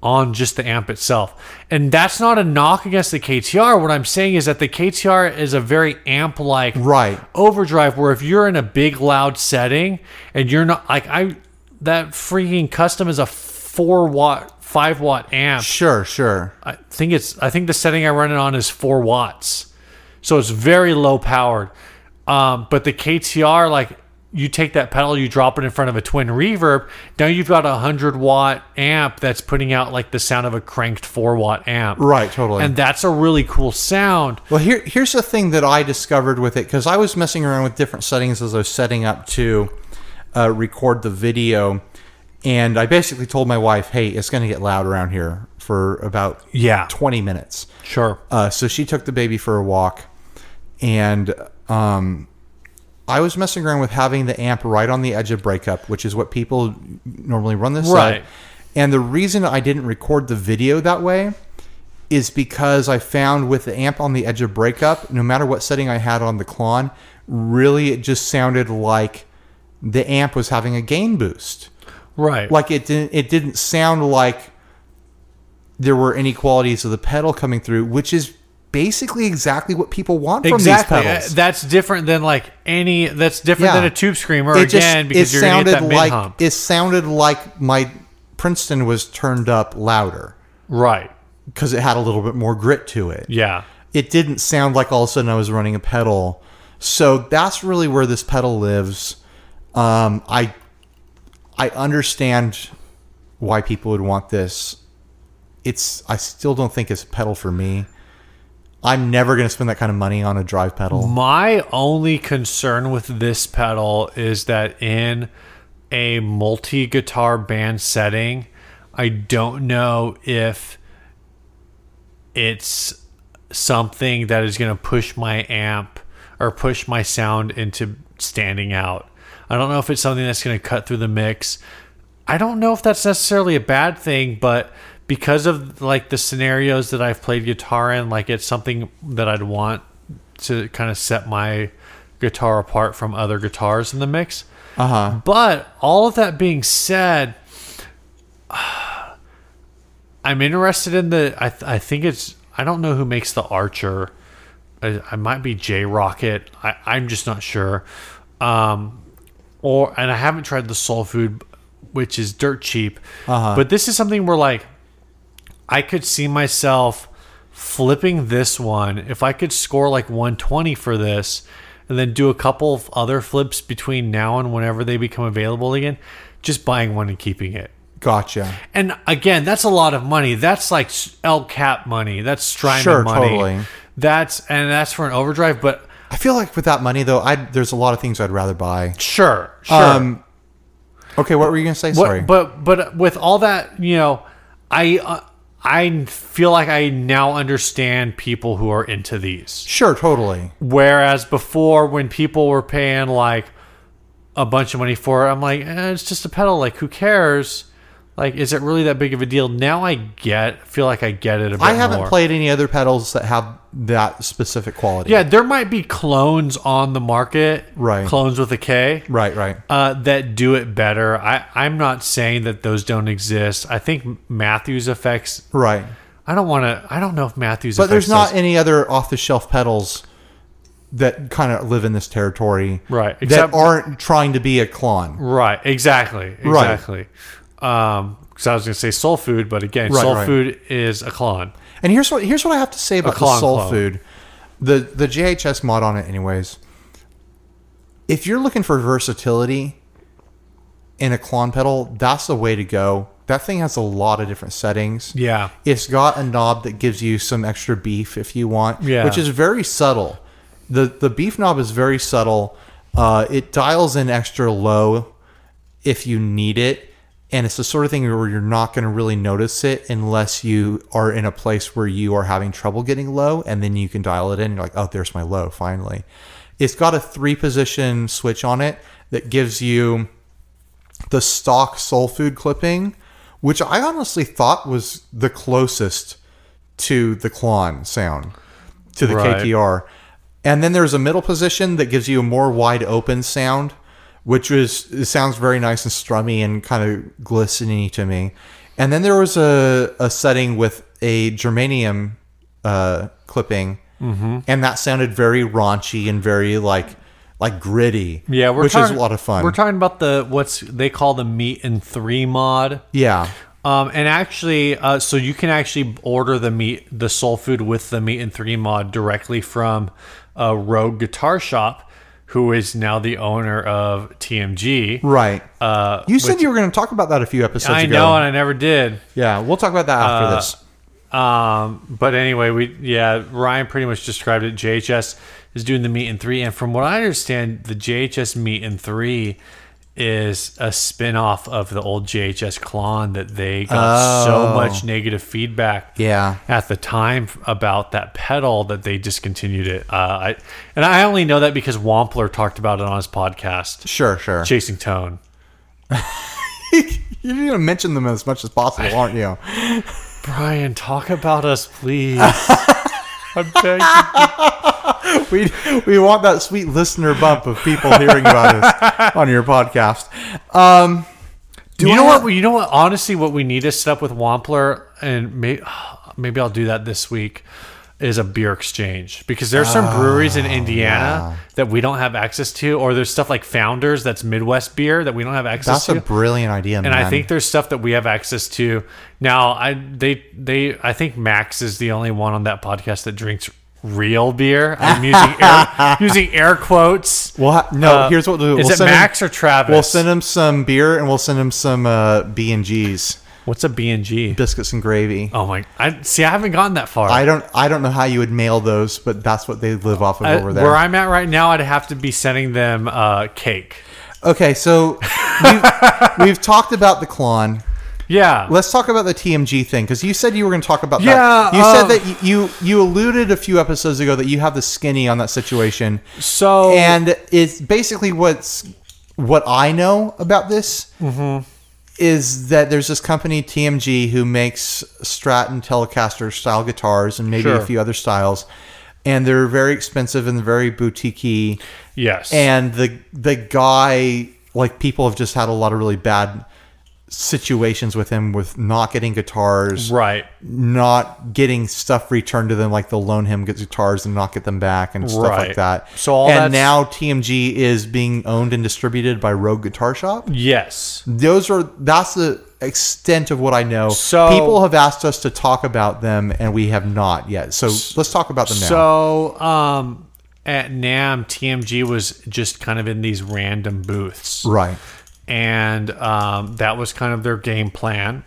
[SPEAKER 2] on just the amp itself. And that's not a knock against the KTR. What I'm saying is that the KTR is a very amp like
[SPEAKER 1] Right.
[SPEAKER 2] overdrive where if you're in a big loud setting and you're not like I that freaking custom is a 4 watt 5 watt amp.
[SPEAKER 1] sure sure
[SPEAKER 2] I think it's I think the setting I run it on is 4 watts. So it's very low powered. Um, but the KTR like you take that pedal, you drop it in front of a twin reverb. Now you've got a 100 watt amp that's putting out like the sound of a cranked 4 watt amp.
[SPEAKER 1] right totally
[SPEAKER 2] And that's a really cool sound.
[SPEAKER 1] Well, here, here's the thing that I discovered with it because I was messing around with different settings as I was setting up to uh, record the video, and I basically told my wife, "Hey, it's going to get loud around here for about
[SPEAKER 2] Yeah.
[SPEAKER 1] 20 minutes."
[SPEAKER 2] Sure.
[SPEAKER 1] Uh, so she took the baby for a walk, and um, I was messing around with having the amp right on the edge of breakup, which is what people normally run this
[SPEAKER 2] Right.
[SPEAKER 1] at. And the reason I didn't record the video that way is because I found with the amp on the edge of breakup, no matter what setting I had on the Klon, really it just sounded like the amp was having a gain boost
[SPEAKER 2] Right.
[SPEAKER 1] like it didn't it didn't sound like there were inequalities of the pedal coming through which is basically exactly what people want from these pedals
[SPEAKER 2] Uh, That's different than like any. That's different
[SPEAKER 1] Yeah.
[SPEAKER 2] than a tube screamer
[SPEAKER 1] it just
[SPEAKER 2] again because
[SPEAKER 1] it
[SPEAKER 2] you're gonna
[SPEAKER 1] sounded
[SPEAKER 2] get that mid
[SPEAKER 1] like
[SPEAKER 2] hump.
[SPEAKER 1] it sounded like my Princeton was turned up louder
[SPEAKER 2] right.
[SPEAKER 1] because it had a little bit more grit to it
[SPEAKER 2] Yeah.
[SPEAKER 1] it didn't sound like all of a sudden I was running a pedal. So that's really where this pedal lives. Um, I I understand why people would want this. It's I still don't think it's a pedal for me. I'm never going to spend that kind of money on a drive pedal.
[SPEAKER 2] My only concern with this pedal is that in a multi guitar band setting, I don't know if it's something that is going to push my amp or push my sound into standing out. I don't know if it's something that's going to cut through the mix. I don't know if that's necessarily a bad thing, but because of like the scenarios that I've played guitar in, like it's something that I'd want to kind of set my guitar apart from other guitars in the mix.
[SPEAKER 1] Uh
[SPEAKER 2] Uh-huh.
[SPEAKER 1] huh.
[SPEAKER 2] But all of that being said, I'm interested in the. I, th- I think it's. I don't know who makes the Archer. I, I might be J Rocket. I, I'm just not sure. Um, or and I haven't tried the Soul Food, which is dirt cheap.
[SPEAKER 1] Uh-huh.
[SPEAKER 2] But this is something where like I could see myself flipping this one if I could score like 120 for this and then do a couple of other flips between now and whenever they become available again, just buying one and keeping it.
[SPEAKER 1] Gotcha.
[SPEAKER 2] And again, that's a lot of money. That's like L cap money. That's Strymon
[SPEAKER 1] Sure,
[SPEAKER 2] money.
[SPEAKER 1] totally.
[SPEAKER 2] That's and that's for an overdrive, but
[SPEAKER 1] I feel like with that money though, I there's a lot of things I'd rather buy.
[SPEAKER 2] sure, sure.
[SPEAKER 1] Um, okay, what were you going to say?
[SPEAKER 2] But-
[SPEAKER 1] Sorry.
[SPEAKER 2] But but with all that, you know, I uh, I feel like I now understand people who are into these.
[SPEAKER 1] sure, totally.
[SPEAKER 2] Whereas before, when people were paying like a bunch of money for it, I'm like, eh, it's just a pedal. Like, who cares? Like, is it really that big of a deal? Now I get feel like I get it a bit
[SPEAKER 1] I haven't
[SPEAKER 2] more.
[SPEAKER 1] played any other pedals that have that specific quality.
[SPEAKER 2] Yeah, there might be clones on the market,
[SPEAKER 1] Right.
[SPEAKER 2] Clones with a K,
[SPEAKER 1] Right, right.
[SPEAKER 2] uh, that do it better. I, I'm not saying that those don't exist. I think Matthews effects.
[SPEAKER 1] Right.
[SPEAKER 2] I don't want to. I don't know if Matthews.
[SPEAKER 1] But there's
[SPEAKER 2] Effects
[SPEAKER 1] not
[SPEAKER 2] does-
[SPEAKER 1] any other off the shelf pedals that kind of live in this territory.
[SPEAKER 2] Right, except-
[SPEAKER 1] that aren't trying to be a clone.
[SPEAKER 2] Right. Exactly.
[SPEAKER 1] Right.
[SPEAKER 2] Exactly. Um, because I was going to say soul food, but again,
[SPEAKER 1] Right,
[SPEAKER 2] soul
[SPEAKER 1] right.
[SPEAKER 2] food is a clone.
[SPEAKER 1] And here's what here's what I have to say about the
[SPEAKER 2] clone
[SPEAKER 1] soul
[SPEAKER 2] clone.
[SPEAKER 1] food. The the JHS mod on it anyways. If you're looking for versatility in a clone pedal, that's the way to go. That thing has a lot of different settings.
[SPEAKER 2] Yeah.
[SPEAKER 1] It's got a knob that gives you some extra beef if you want,
[SPEAKER 2] Yeah.
[SPEAKER 1] which is very subtle. the The beef knob is very subtle. Uh, it dials in extra low if you need it, and it's the sort of thing where you're not going to really notice it unless you are in a place where you are having trouble getting low, and then you can dial it in. You're like, oh, there's my low finally. It's got a three position switch on it that gives you the stock soul food clipping, which I honestly thought was the closest to the Klon sound, to the
[SPEAKER 2] Right.
[SPEAKER 1] KTR. And then there's a middle position that gives you a more wide open sound, which is it sounds very nice and strummy and kind of glistening to me. And then there was a, a setting with a germanium uh, clipping,
[SPEAKER 2] Mm-hmm.
[SPEAKER 1] and that sounded very raunchy and very like like gritty.
[SPEAKER 2] Yeah. We're
[SPEAKER 1] which
[SPEAKER 2] talking-
[SPEAKER 1] is a lot of fun.
[SPEAKER 2] We're talking about the what's they call the meat and three mod.
[SPEAKER 1] yeah.
[SPEAKER 2] Um, and actually, uh, so you can actually order the meat, the soul food with the meat and three mod directly from uh, Rogue Guitar Shop, who is now the owner of TMG.
[SPEAKER 1] Right.
[SPEAKER 2] Uh,
[SPEAKER 1] You said you were going to talk about that a few episodes
[SPEAKER 2] I
[SPEAKER 1] ago.
[SPEAKER 2] know, and I never did.
[SPEAKER 1] yeah, we'll talk about that after
[SPEAKER 2] Uh,
[SPEAKER 1] this.
[SPEAKER 2] Um, but anyway, we yeah, Ryan pretty much described it. JHS is doing the meet in three, and from what I understand, the JHS meet in three is a spin-off of the old JHS clone that they got so
[SPEAKER 1] Oh.
[SPEAKER 2] much negative feedback
[SPEAKER 1] Yeah.
[SPEAKER 2] at the time about that pedal that they discontinued it. Uh, I and I only know that because Wampler talked about it on his podcast,
[SPEAKER 1] Sure, sure.
[SPEAKER 2] Chasing Tone.
[SPEAKER 1] You're going to mention them as much as possible, aren't you?
[SPEAKER 2] Brian, talk about us, please. I beg you.
[SPEAKER 1] we we want that sweet listener bump of people hearing about us on your podcast. Um, do
[SPEAKER 2] you
[SPEAKER 1] I
[SPEAKER 2] know
[SPEAKER 1] have-
[SPEAKER 2] what? You know what? Honestly, what we need to set up with Wampler, and may, maybe I'll do that this week, is a beer exchange because there's some
[SPEAKER 1] Ah,
[SPEAKER 2] breweries in Indiana that we don't have access to, or there's stuff like Founders that's Midwest beer that we don't have access to.
[SPEAKER 1] That's a brilliant idea, man.
[SPEAKER 2] and I think there's stuff that we have access to now. I they they I think Max is the only one on that podcast that drinks real beer. I'm using air, using air quotes.
[SPEAKER 1] We'll ha- no.
[SPEAKER 2] Uh,
[SPEAKER 1] here's what we'll do.
[SPEAKER 2] Is
[SPEAKER 1] we'll
[SPEAKER 2] it Max or Travis?
[SPEAKER 1] Him, we'll send him some beer and we'll send him some uh, B and G's,
[SPEAKER 2] What's a B and G?
[SPEAKER 1] biscuits and gravy.
[SPEAKER 2] Oh my! I see. I haven't gotten that far.
[SPEAKER 1] I don't. I don't know how you would mail those, but that's what they live off of
[SPEAKER 2] I-
[SPEAKER 1] over there.
[SPEAKER 2] Where I'm at right now, I'd have to be sending them uh, cake.
[SPEAKER 1] okay, so we've, we've talked about the clon.
[SPEAKER 2] Yeah.
[SPEAKER 1] Let's talk about the TMG thing because you said you were going to talk about that.
[SPEAKER 2] Yeah,
[SPEAKER 1] You
[SPEAKER 2] uh,
[SPEAKER 1] said that y- you you alluded a few episodes ago that you have the skinny on that situation,
[SPEAKER 2] so
[SPEAKER 1] and it's basically what's what I know about this
[SPEAKER 2] Mm-hmm.
[SPEAKER 1] is that there's this company TMG who makes Strat and Telecaster style guitars and maybe a
[SPEAKER 2] Sure.
[SPEAKER 1] few other styles, and they're very expensive and very boutiquey
[SPEAKER 2] yes.
[SPEAKER 1] and the the guy like people have just had a lot of really bad situations with him with not getting guitars
[SPEAKER 2] right.
[SPEAKER 1] not getting stuff returned to them like they'll loan him guitars and not get them back and stuff like
[SPEAKER 2] Right.
[SPEAKER 1] that
[SPEAKER 2] So all that's-
[SPEAKER 1] and now tmg is being owned and distributed by rogue guitar shop
[SPEAKER 2] Yes.
[SPEAKER 1] those are that's the extent of what i know
[SPEAKER 2] So-
[SPEAKER 1] people have asked us to talk about them and we have not yet so let's talk about them now
[SPEAKER 2] So um, at Nam, TMG was just kind of in these random booths.
[SPEAKER 1] right
[SPEAKER 2] and um, that was kind of their game plan.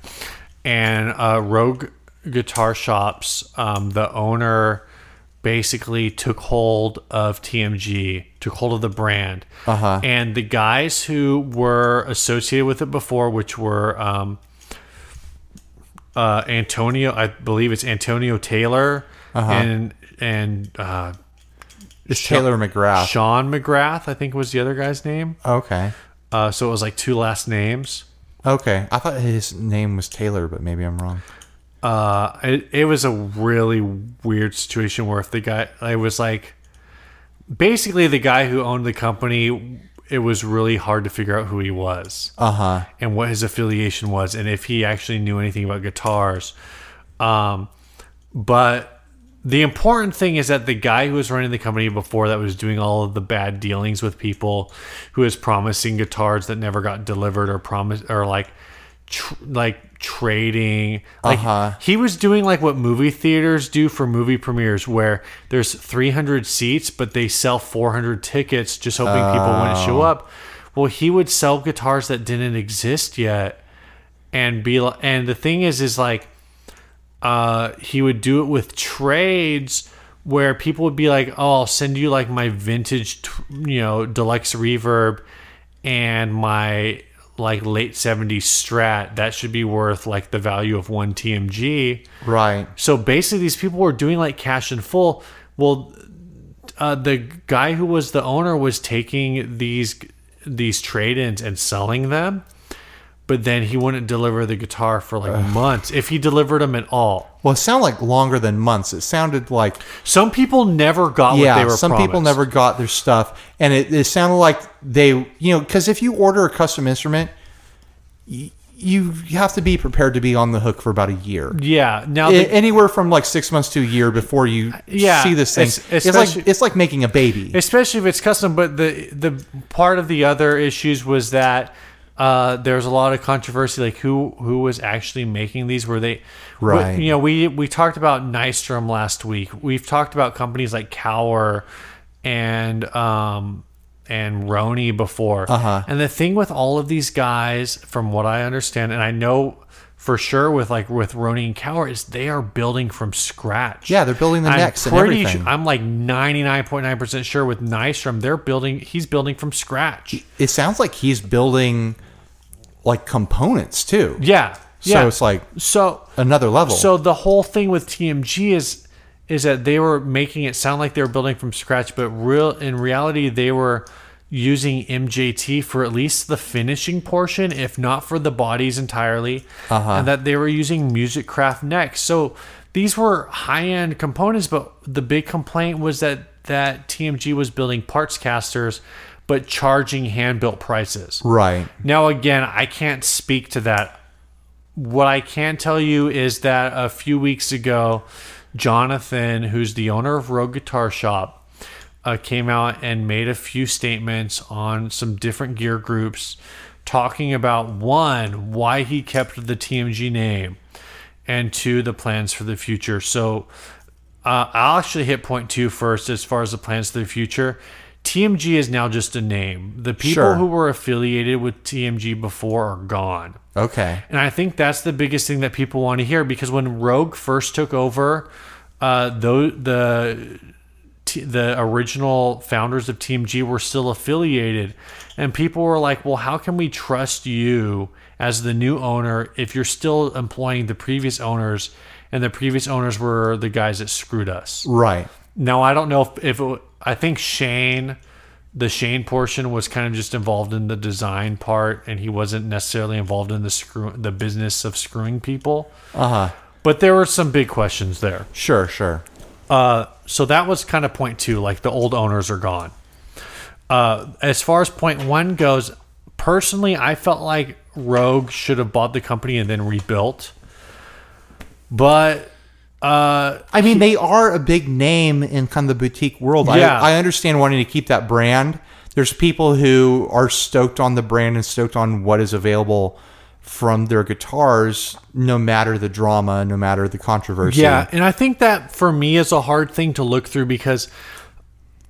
[SPEAKER 2] And uh, Rogue Guitar Shops, um, the owner basically took hold of TMG, took hold of the brand, uh-huh. and the guys who were associated with it before, which were um, uh, Antonio, I believe it's Antonio Taylor, and and uh,
[SPEAKER 1] Uh-huh. it's taylor mcgrath
[SPEAKER 2] Sean McGrath, I think was the other guy's name.
[SPEAKER 1] okay
[SPEAKER 2] Uh, so it was like two last names.
[SPEAKER 1] Okay, I thought his name was Taylor, but maybe I'm wrong.
[SPEAKER 2] Uh, it, it was a really weird situation where if the guy, it was like, basically the guy who owned the company, it was really hard to figure out who he was
[SPEAKER 1] Uh huh.
[SPEAKER 2] and what his affiliation was and if he actually knew anything about guitars. Um, but the important thing is that the guy who was running the company before that was doing all of the bad dealings with people, who was promising guitars that never got delivered or promise or like tr- like trading like
[SPEAKER 1] Uh-huh.
[SPEAKER 2] he was doing like what movie theaters do for movie premieres where there's 300 seats but they sell 400 tickets just hoping people wouldn't show up well he would sell guitars that didn't exist yet and be li- and the thing is is like uh he would do it with trades where people would be like oh i'll send you like my vintage tw- you know deluxe reverb and my like late 70s strat that should be worth like the value of one tmg
[SPEAKER 1] Right.
[SPEAKER 2] so basically, these people were doing like cash in full. Well, uh, the guy who was the owner was taking these these trade ins and selling them, but then he wouldn't deliver the guitar for like months if he delivered them at all.
[SPEAKER 1] Well, it sounded like longer than months. It sounded like
[SPEAKER 2] Some people never got what
[SPEAKER 1] yeah,
[SPEAKER 2] they were.
[SPEAKER 1] some people
[SPEAKER 2] promised.
[SPEAKER 1] never got their stuff, and it, it sounded like they, you know, because if you order a custom instrument, y- you have to be prepared to be on the hook for about a year.
[SPEAKER 2] Yeah. Now,
[SPEAKER 1] A-
[SPEAKER 2] the,
[SPEAKER 1] anywhere from like six months to a year before you
[SPEAKER 2] Yeah,
[SPEAKER 1] see this thing.
[SPEAKER 2] es-
[SPEAKER 1] It's, like
[SPEAKER 2] especially-
[SPEAKER 1] it's like making a baby.
[SPEAKER 2] especially if it's custom. But the the part of the other issues was that uh, there was a lot of controversy, like who who was actually making these? Were they
[SPEAKER 1] Right.
[SPEAKER 2] You know, we we talked about Nystrom last week. We've talked about companies like Cower and um and Roni before. Uh-huh. And the thing with all of these guys, from what I understand, and I know. For sure, with like with Roni and Cower, is they are building from scratch.
[SPEAKER 1] Yeah, they're building the necks and
[SPEAKER 2] pretty
[SPEAKER 1] everything.
[SPEAKER 2] su- I'm like 99.9% sure with Nystrom, they're building, he's building from scratch.
[SPEAKER 1] it sounds like he's building like components too.
[SPEAKER 2] Yeah.
[SPEAKER 1] So
[SPEAKER 2] yeah.
[SPEAKER 1] it's like
[SPEAKER 2] so,
[SPEAKER 1] another level.
[SPEAKER 2] so the whole thing with TMG is, is that they were making it sound like they were building from scratch, but real in reality, they were using MJT for at least the finishing portion, if not for the bodies entirely, and that they were using Music Craft next. So these were high end components, but the big complaint was that that TMG was building parts casters, but charging hand built prices.
[SPEAKER 1] right.
[SPEAKER 2] Now, again, I can't speak to that. What I can tell you is that a few weeks ago, Jonathan, who's the owner of Rogue Guitar Shop, uh, came out and made a few statements on some different gear groups, talking about one, why he kept the TMG name, and two, the plans for the future. So Uh, I'll actually hit point two first as far as the plans to the future. TMG is now just a name. The people
[SPEAKER 1] Sure.
[SPEAKER 2] who were affiliated with TMG before are gone.
[SPEAKER 1] Okay.
[SPEAKER 2] And I think that's the biggest thing that people want to hear because when Rogue first took over, uh, though the t- the original founders of Team G were still affiliated, and people were like, "Well, how can we trust you as the new owner if you're still employing the previous owners?" And the previous owners were the guys that screwed us.
[SPEAKER 1] Right.
[SPEAKER 2] Now I don't know if, if it, I think Shane, the Shane portion was kind of just involved in the design part, and he wasn't necessarily involved in the screw the business of screwing people.
[SPEAKER 1] Uh huh.
[SPEAKER 2] But there were some big questions there.
[SPEAKER 1] Sure. Sure.
[SPEAKER 2] Uh, so that was kind of point two, like the old owners are gone. Uh, as far as point one goes, personally, I felt like Rogue should have bought the company and then rebuilt. But uh,
[SPEAKER 1] I mean, they are a big name in kind of the boutique world.
[SPEAKER 2] Yeah.
[SPEAKER 1] I, I understand wanting to keep that brand. There's people who are stoked on the brand and stoked on what is available from their guitars, no matter the drama, no matter the controversy.
[SPEAKER 2] Yeah, and I think that for me is a hard thing to look through because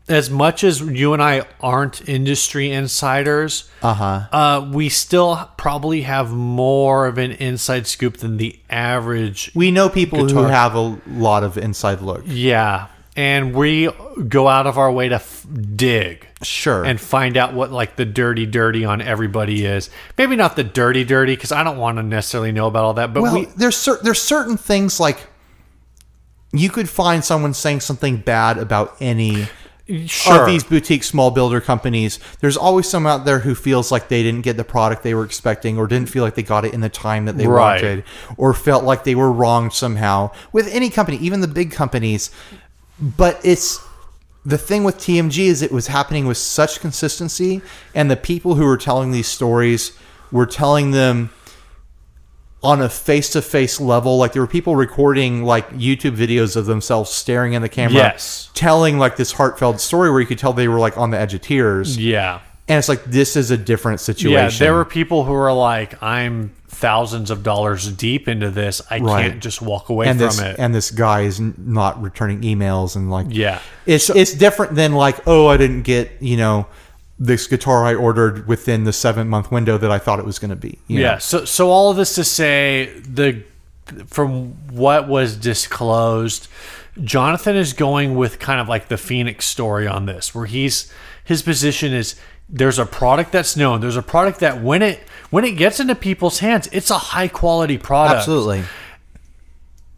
[SPEAKER 2] as much as you and I aren't industry insiders, uh-huh. we still probably have more of an inside scoop than the average.
[SPEAKER 1] We know people who
[SPEAKER 2] Guitar.
[SPEAKER 1] have a lot of inside look.
[SPEAKER 2] Yeah, and we go out of our way to f- dig
[SPEAKER 1] Sure.
[SPEAKER 2] and find out what like the dirty dirty on everybody is. Maybe not the dirty dirty because I don't want to necessarily know about all that, but
[SPEAKER 1] well,
[SPEAKER 2] we
[SPEAKER 1] there's cer- there's certain things like you could find someone saying something bad about any
[SPEAKER 2] Sure.
[SPEAKER 1] of these boutique small builder companies. There's always some out there who feels like they didn't get the product they were expecting, or didn't feel like they got it in the time that they
[SPEAKER 2] Right.
[SPEAKER 1] wanted, or felt like they were wronged somehow. With any company, even the big companies, but it's the thing with TMG is it was happening with such consistency, and the people who were telling these stories were telling them on a face to face level. Like there were people recording like YouTube videos of themselves staring in the camera,
[SPEAKER 2] Yes.
[SPEAKER 1] telling like this heartfelt story where you could tell they were like on the edge of tears.
[SPEAKER 2] yeah.
[SPEAKER 1] And it's like this is a different situation.
[SPEAKER 2] Yeah, there were people who were like, "I'm thousands of dollars deep into this. I
[SPEAKER 1] Right.
[SPEAKER 2] can't just walk away
[SPEAKER 1] and
[SPEAKER 2] from
[SPEAKER 1] this
[SPEAKER 2] it."
[SPEAKER 1] and this guy is n- not returning emails and like
[SPEAKER 2] Yeah.
[SPEAKER 1] it's it's different than like oh I didn't get you know this guitar I ordered within the seven month window that I thought it was going to be you know?
[SPEAKER 2] yeah. So, so all of this to say, the from what was disclosed, Jonathan is going with kind of like the Phoenix story on this, where he's his position is there's a product that's known, there's a product that when it when it gets into people's hands, it's a high quality product.
[SPEAKER 1] absolutely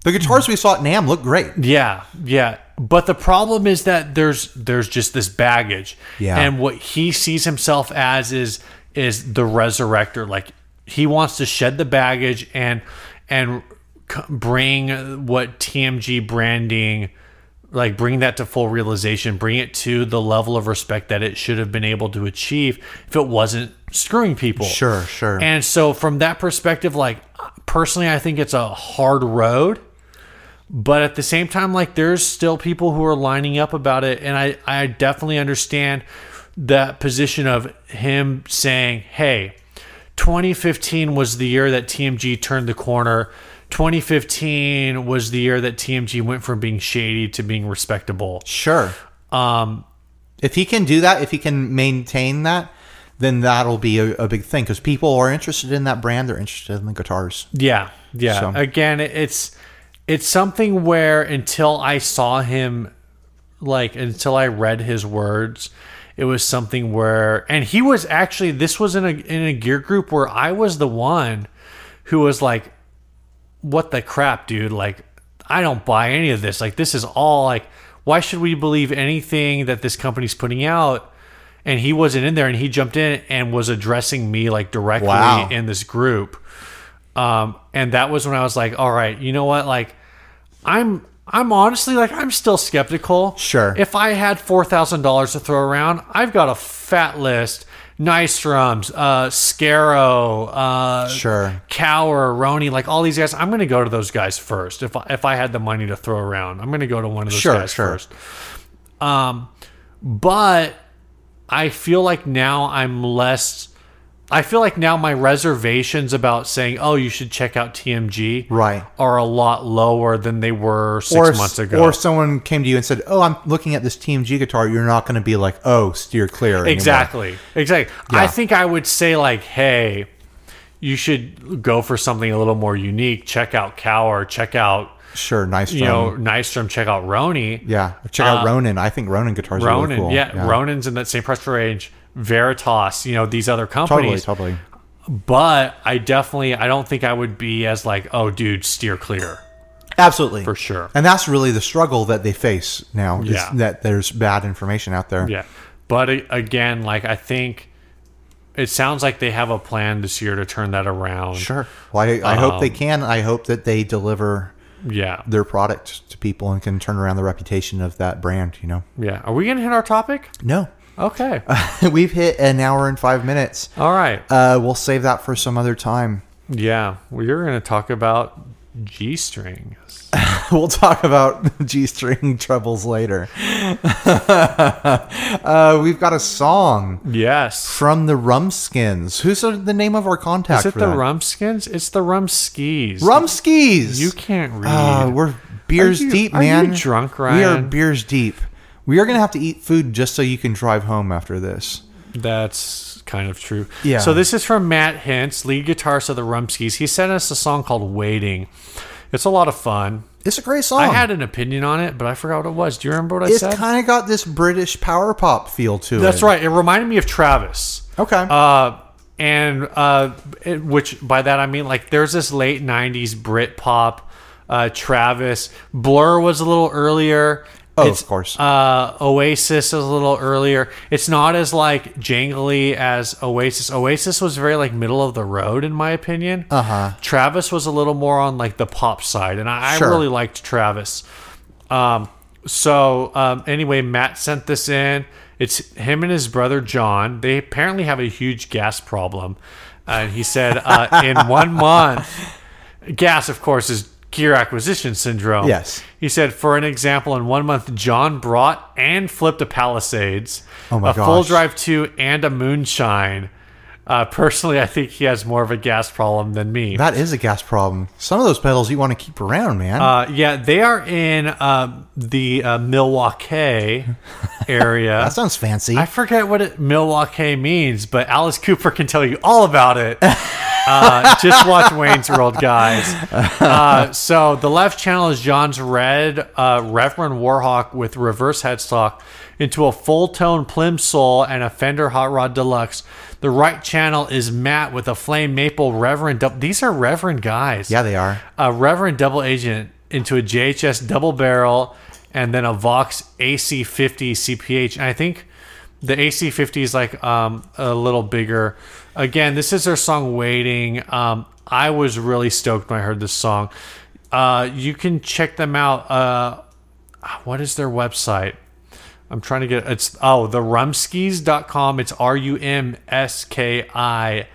[SPEAKER 1] the guitars we saw at Nam look great
[SPEAKER 2] Yeah, yeah. But the problem is that there's there's just this baggage.
[SPEAKER 1] Yeah.
[SPEAKER 2] And what he sees himself as is is the resurrector. Like he wants to shed the baggage and and c- bring what TMG branding like bring that to full realization, bring it to the level of respect that it should have been able to achieve if it wasn't screwing people.
[SPEAKER 1] Sure, sure.
[SPEAKER 2] And so from that perspective like personally I think it's a hard road. But at the same time, like there's still people who are lining up about it, and I I definitely understand that position of him saying, "Hey, 2015 was the year that TMG turned the corner. 2015 was the year that TMG went from being shady to being respectable."
[SPEAKER 1] sure
[SPEAKER 2] Um,
[SPEAKER 1] if he can do that if he can maintain that then that'll be a, a big thing because people are interested in that brand they're interested in the guitars
[SPEAKER 2] Yeah, yeah.
[SPEAKER 1] So-
[SPEAKER 2] Again, it's it's something where until I saw him, like until I read his words, it was something where, and he was actually this was in a in a gear group where I was the one who was like, "What the crap, dude? Like, I don't buy any of this. Like, this is all like, why should we believe anything that this company's putting out?" And he wasn't in there, and he jumped in and was addressing me like directly
[SPEAKER 1] Wow.
[SPEAKER 2] in this group. Um, and that was when I was like, all right, you know what? Like, I'm I'm honestly like I'm still skeptical.
[SPEAKER 1] Sure.
[SPEAKER 2] If I had four thousand dollars to throw around, I've got a fat list. Nice drums, uh, Scarrow, uh,
[SPEAKER 1] Sure.
[SPEAKER 2] Cower, Roni, like all these guys. I'm gonna go to those guys first. If I, if I had the money to throw around, I'm gonna go to one of those
[SPEAKER 1] Sure,
[SPEAKER 2] guys
[SPEAKER 1] sure.
[SPEAKER 2] first. Um, but I feel like now I'm less I feel like now my reservations about saying, "Oh, you should check out TMG,"
[SPEAKER 1] Right.
[SPEAKER 2] are a lot lower than they were six
[SPEAKER 1] or,
[SPEAKER 2] months ago.
[SPEAKER 1] Or someone came to you and said, "Oh, I'm looking at this TMG guitar." You're not going to be like, "Oh, steer clear." anymore.
[SPEAKER 2] Exactly. Exactly. I think I would say like, hey, you should go for something a little more unique. Check out Cower. Check out
[SPEAKER 1] Sure, nice.
[SPEAKER 2] you know Nystrom. Check out Roni.
[SPEAKER 1] yeah. Check out Ronin. I think Ronin guitars are
[SPEAKER 2] Ronin.
[SPEAKER 1] really cool.
[SPEAKER 2] yeah, Ronin's in that same price range. Veritas. You know these other
[SPEAKER 1] Totally,
[SPEAKER 2] companies.
[SPEAKER 1] totally.
[SPEAKER 2] But I definitely, I don't think I would be as like, oh, dude, steer clear
[SPEAKER 1] Absolutely.
[SPEAKER 2] for sure.
[SPEAKER 1] And that's really the struggle that they face now. Is
[SPEAKER 2] Yeah.
[SPEAKER 1] That there's bad information out there.
[SPEAKER 2] Yeah. But a- again, like I think it sounds like they have a plan this year to turn that around.
[SPEAKER 1] Sure. Well, I, I hope
[SPEAKER 2] Um,
[SPEAKER 1] they can. I hope that they deliver
[SPEAKER 2] Yeah.
[SPEAKER 1] their product to people and can turn around the reputation of that brand. You know.
[SPEAKER 2] Yeah. Are we going to hit our topic?
[SPEAKER 1] No.
[SPEAKER 2] Okay.
[SPEAKER 1] We've hit an hour and five minutes.
[SPEAKER 2] All right.
[SPEAKER 1] Uh, we'll save that for some other time.
[SPEAKER 2] Yeah. We're going to talk about G strings.
[SPEAKER 1] we'll talk about G string troubles later. uh, we've got a song
[SPEAKER 2] Yes.
[SPEAKER 1] from the Rumskins. Who's the name of our contact?
[SPEAKER 2] Is it
[SPEAKER 1] for
[SPEAKER 2] the
[SPEAKER 1] that?
[SPEAKER 2] Rumskins? It's the Rumskis.
[SPEAKER 1] Rumskis?
[SPEAKER 2] You can't read.
[SPEAKER 1] Uh, we're beers
[SPEAKER 2] Are you-
[SPEAKER 1] deep,
[SPEAKER 2] are you
[SPEAKER 1] man.
[SPEAKER 2] drunk,
[SPEAKER 1] We are
[SPEAKER 2] Ryan?
[SPEAKER 1] beers deep. We are gonna have to eat food just so you can drive home after this.
[SPEAKER 2] That's kind of true.
[SPEAKER 1] Yeah.
[SPEAKER 2] So this is from Matt Hintz, lead guitarist of the Rumskis. He sent us a song called "Waiting." It's a lot of fun.
[SPEAKER 1] It's a great song.
[SPEAKER 2] I had an opinion on it, but I forgot what it was. Do you remember what I
[SPEAKER 1] Oh. it's
[SPEAKER 2] said?
[SPEAKER 1] kind of got this British power pop feel to it.
[SPEAKER 2] That's right. It reminded me of Travis.
[SPEAKER 1] Okay.
[SPEAKER 2] Uh, and uh, it- which by that I mean like there's this late '90s Brit pop. Uh, Travis Blur was a little earlier.
[SPEAKER 1] Oh, of course.
[SPEAKER 2] Uh, Oasis is a little earlier. It's not as like jangly as Oasis. Oasis was very like middle of the road in my opinion. Uh huh. Travis was a little more on like the pop side, and I,
[SPEAKER 1] Uh-huh. Sure.
[SPEAKER 2] I really liked Travis. Um, so um, anyway, Matt sent this in. It's him and his brother John. They apparently have a huge gas problem, and he said uh, in one month, gas, of course, is gear acquisition syndrome.
[SPEAKER 1] Yes.
[SPEAKER 2] He said, for an example, in one month, John brought and flipped a Palisades,
[SPEAKER 1] Oh my
[SPEAKER 2] a full
[SPEAKER 1] gosh.
[SPEAKER 2] drive two, and a moonshine. Uh, personally, I think he has more of a gas problem than me.
[SPEAKER 1] That is a gas problem. Some of those pedals you want to keep around, man.
[SPEAKER 2] Uh, yeah, they are in uh, the uh, Milwaukee area.
[SPEAKER 1] that sounds fancy.
[SPEAKER 2] I forget what it, Milwaukee means, but Alice Cooper can tell you all about it. Uh, just watch Wayne's World, guys. Uh, so the left channel is John's red uh, Reverend Warhawk with reverse headstock into a full tone plimsoll and a Fender Hot Rod Deluxe. The right channel is Matt with a flame maple Reverend. dou- These are Reverend guys
[SPEAKER 1] yeah, they are.
[SPEAKER 2] a Reverend double agent into a JHS double barrel and then a Vox AC50 CPH. And I think the AC50 is like um, a little bigger. Again, this is their song Waiting. Um, I was really stoked when I heard this song. Uh, you can check them out. Uh, what is their website? I'm trying to get it's oh the rumskis.com. It's R U M S K I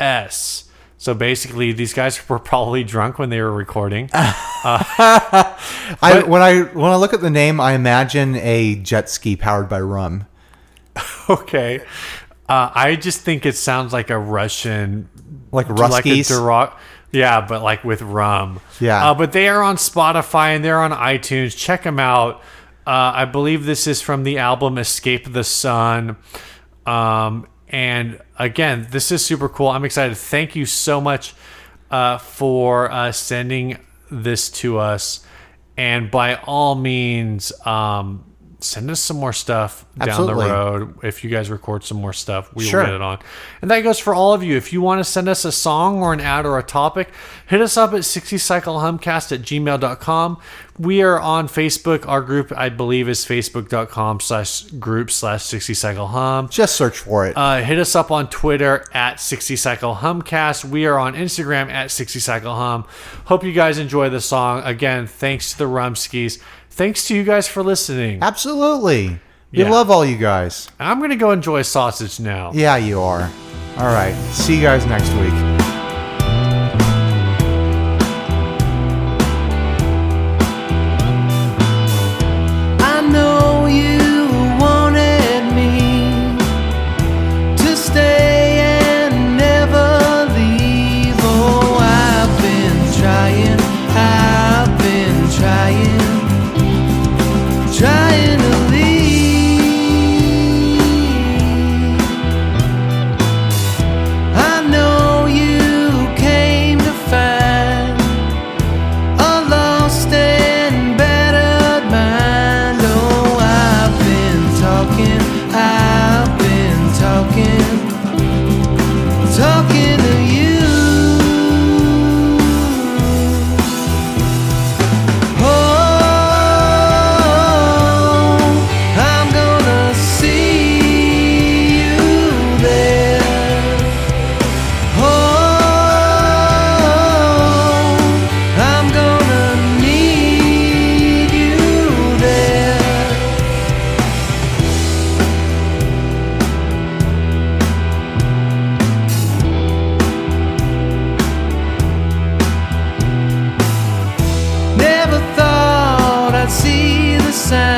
[SPEAKER 2] S. So basically, these guys were probably drunk when they were recording.
[SPEAKER 1] I when I when I look at the name, I imagine a jet ski powered by rum.
[SPEAKER 2] okay. Uh, I just think it sounds like a Russian,
[SPEAKER 1] Like
[SPEAKER 2] like a
[SPEAKER 1] Ruskies.
[SPEAKER 2] derog- yeah, but like with rum.
[SPEAKER 1] Yeah.
[SPEAKER 2] Uh, but they are on Spotify and they're on iTunes. Check them out. Uh, I believe this is from the album Escape the Sun. Um, and again, this is super cool. I'm excited. Thank you so much uh, for uh, sending this to us. And by all means, um, send us some more stuff
[SPEAKER 1] Absolutely.
[SPEAKER 2] down the road. If you guys record some more stuff, we
[SPEAKER 1] Sure.
[SPEAKER 2] will get it on. And that goes for all of you. If you want to send us a song or an ad or a topic, hit us up at 60cyclehumcast at gmail.com. We are on Facebook. Our group, I believe, is facebook.com slash group slash 60cyclehum.
[SPEAKER 1] Just search for it.
[SPEAKER 2] Uh, hit us up on Twitter at 60 Cycle Humcast. We are on Instagram at 60 Cycle Hum. Hope you guys enjoy the song. Again, thanks to the Rumskis. Thanks to you guys for listening.
[SPEAKER 1] Absolutely. We
[SPEAKER 2] Yeah.
[SPEAKER 1] love all you guys.
[SPEAKER 2] I'm going to go enjoy sausage now.
[SPEAKER 1] Yeah, you are. All right. See you guys next week.
[SPEAKER 4] I know you wanted me to stay and Oh, see the sign. Oh,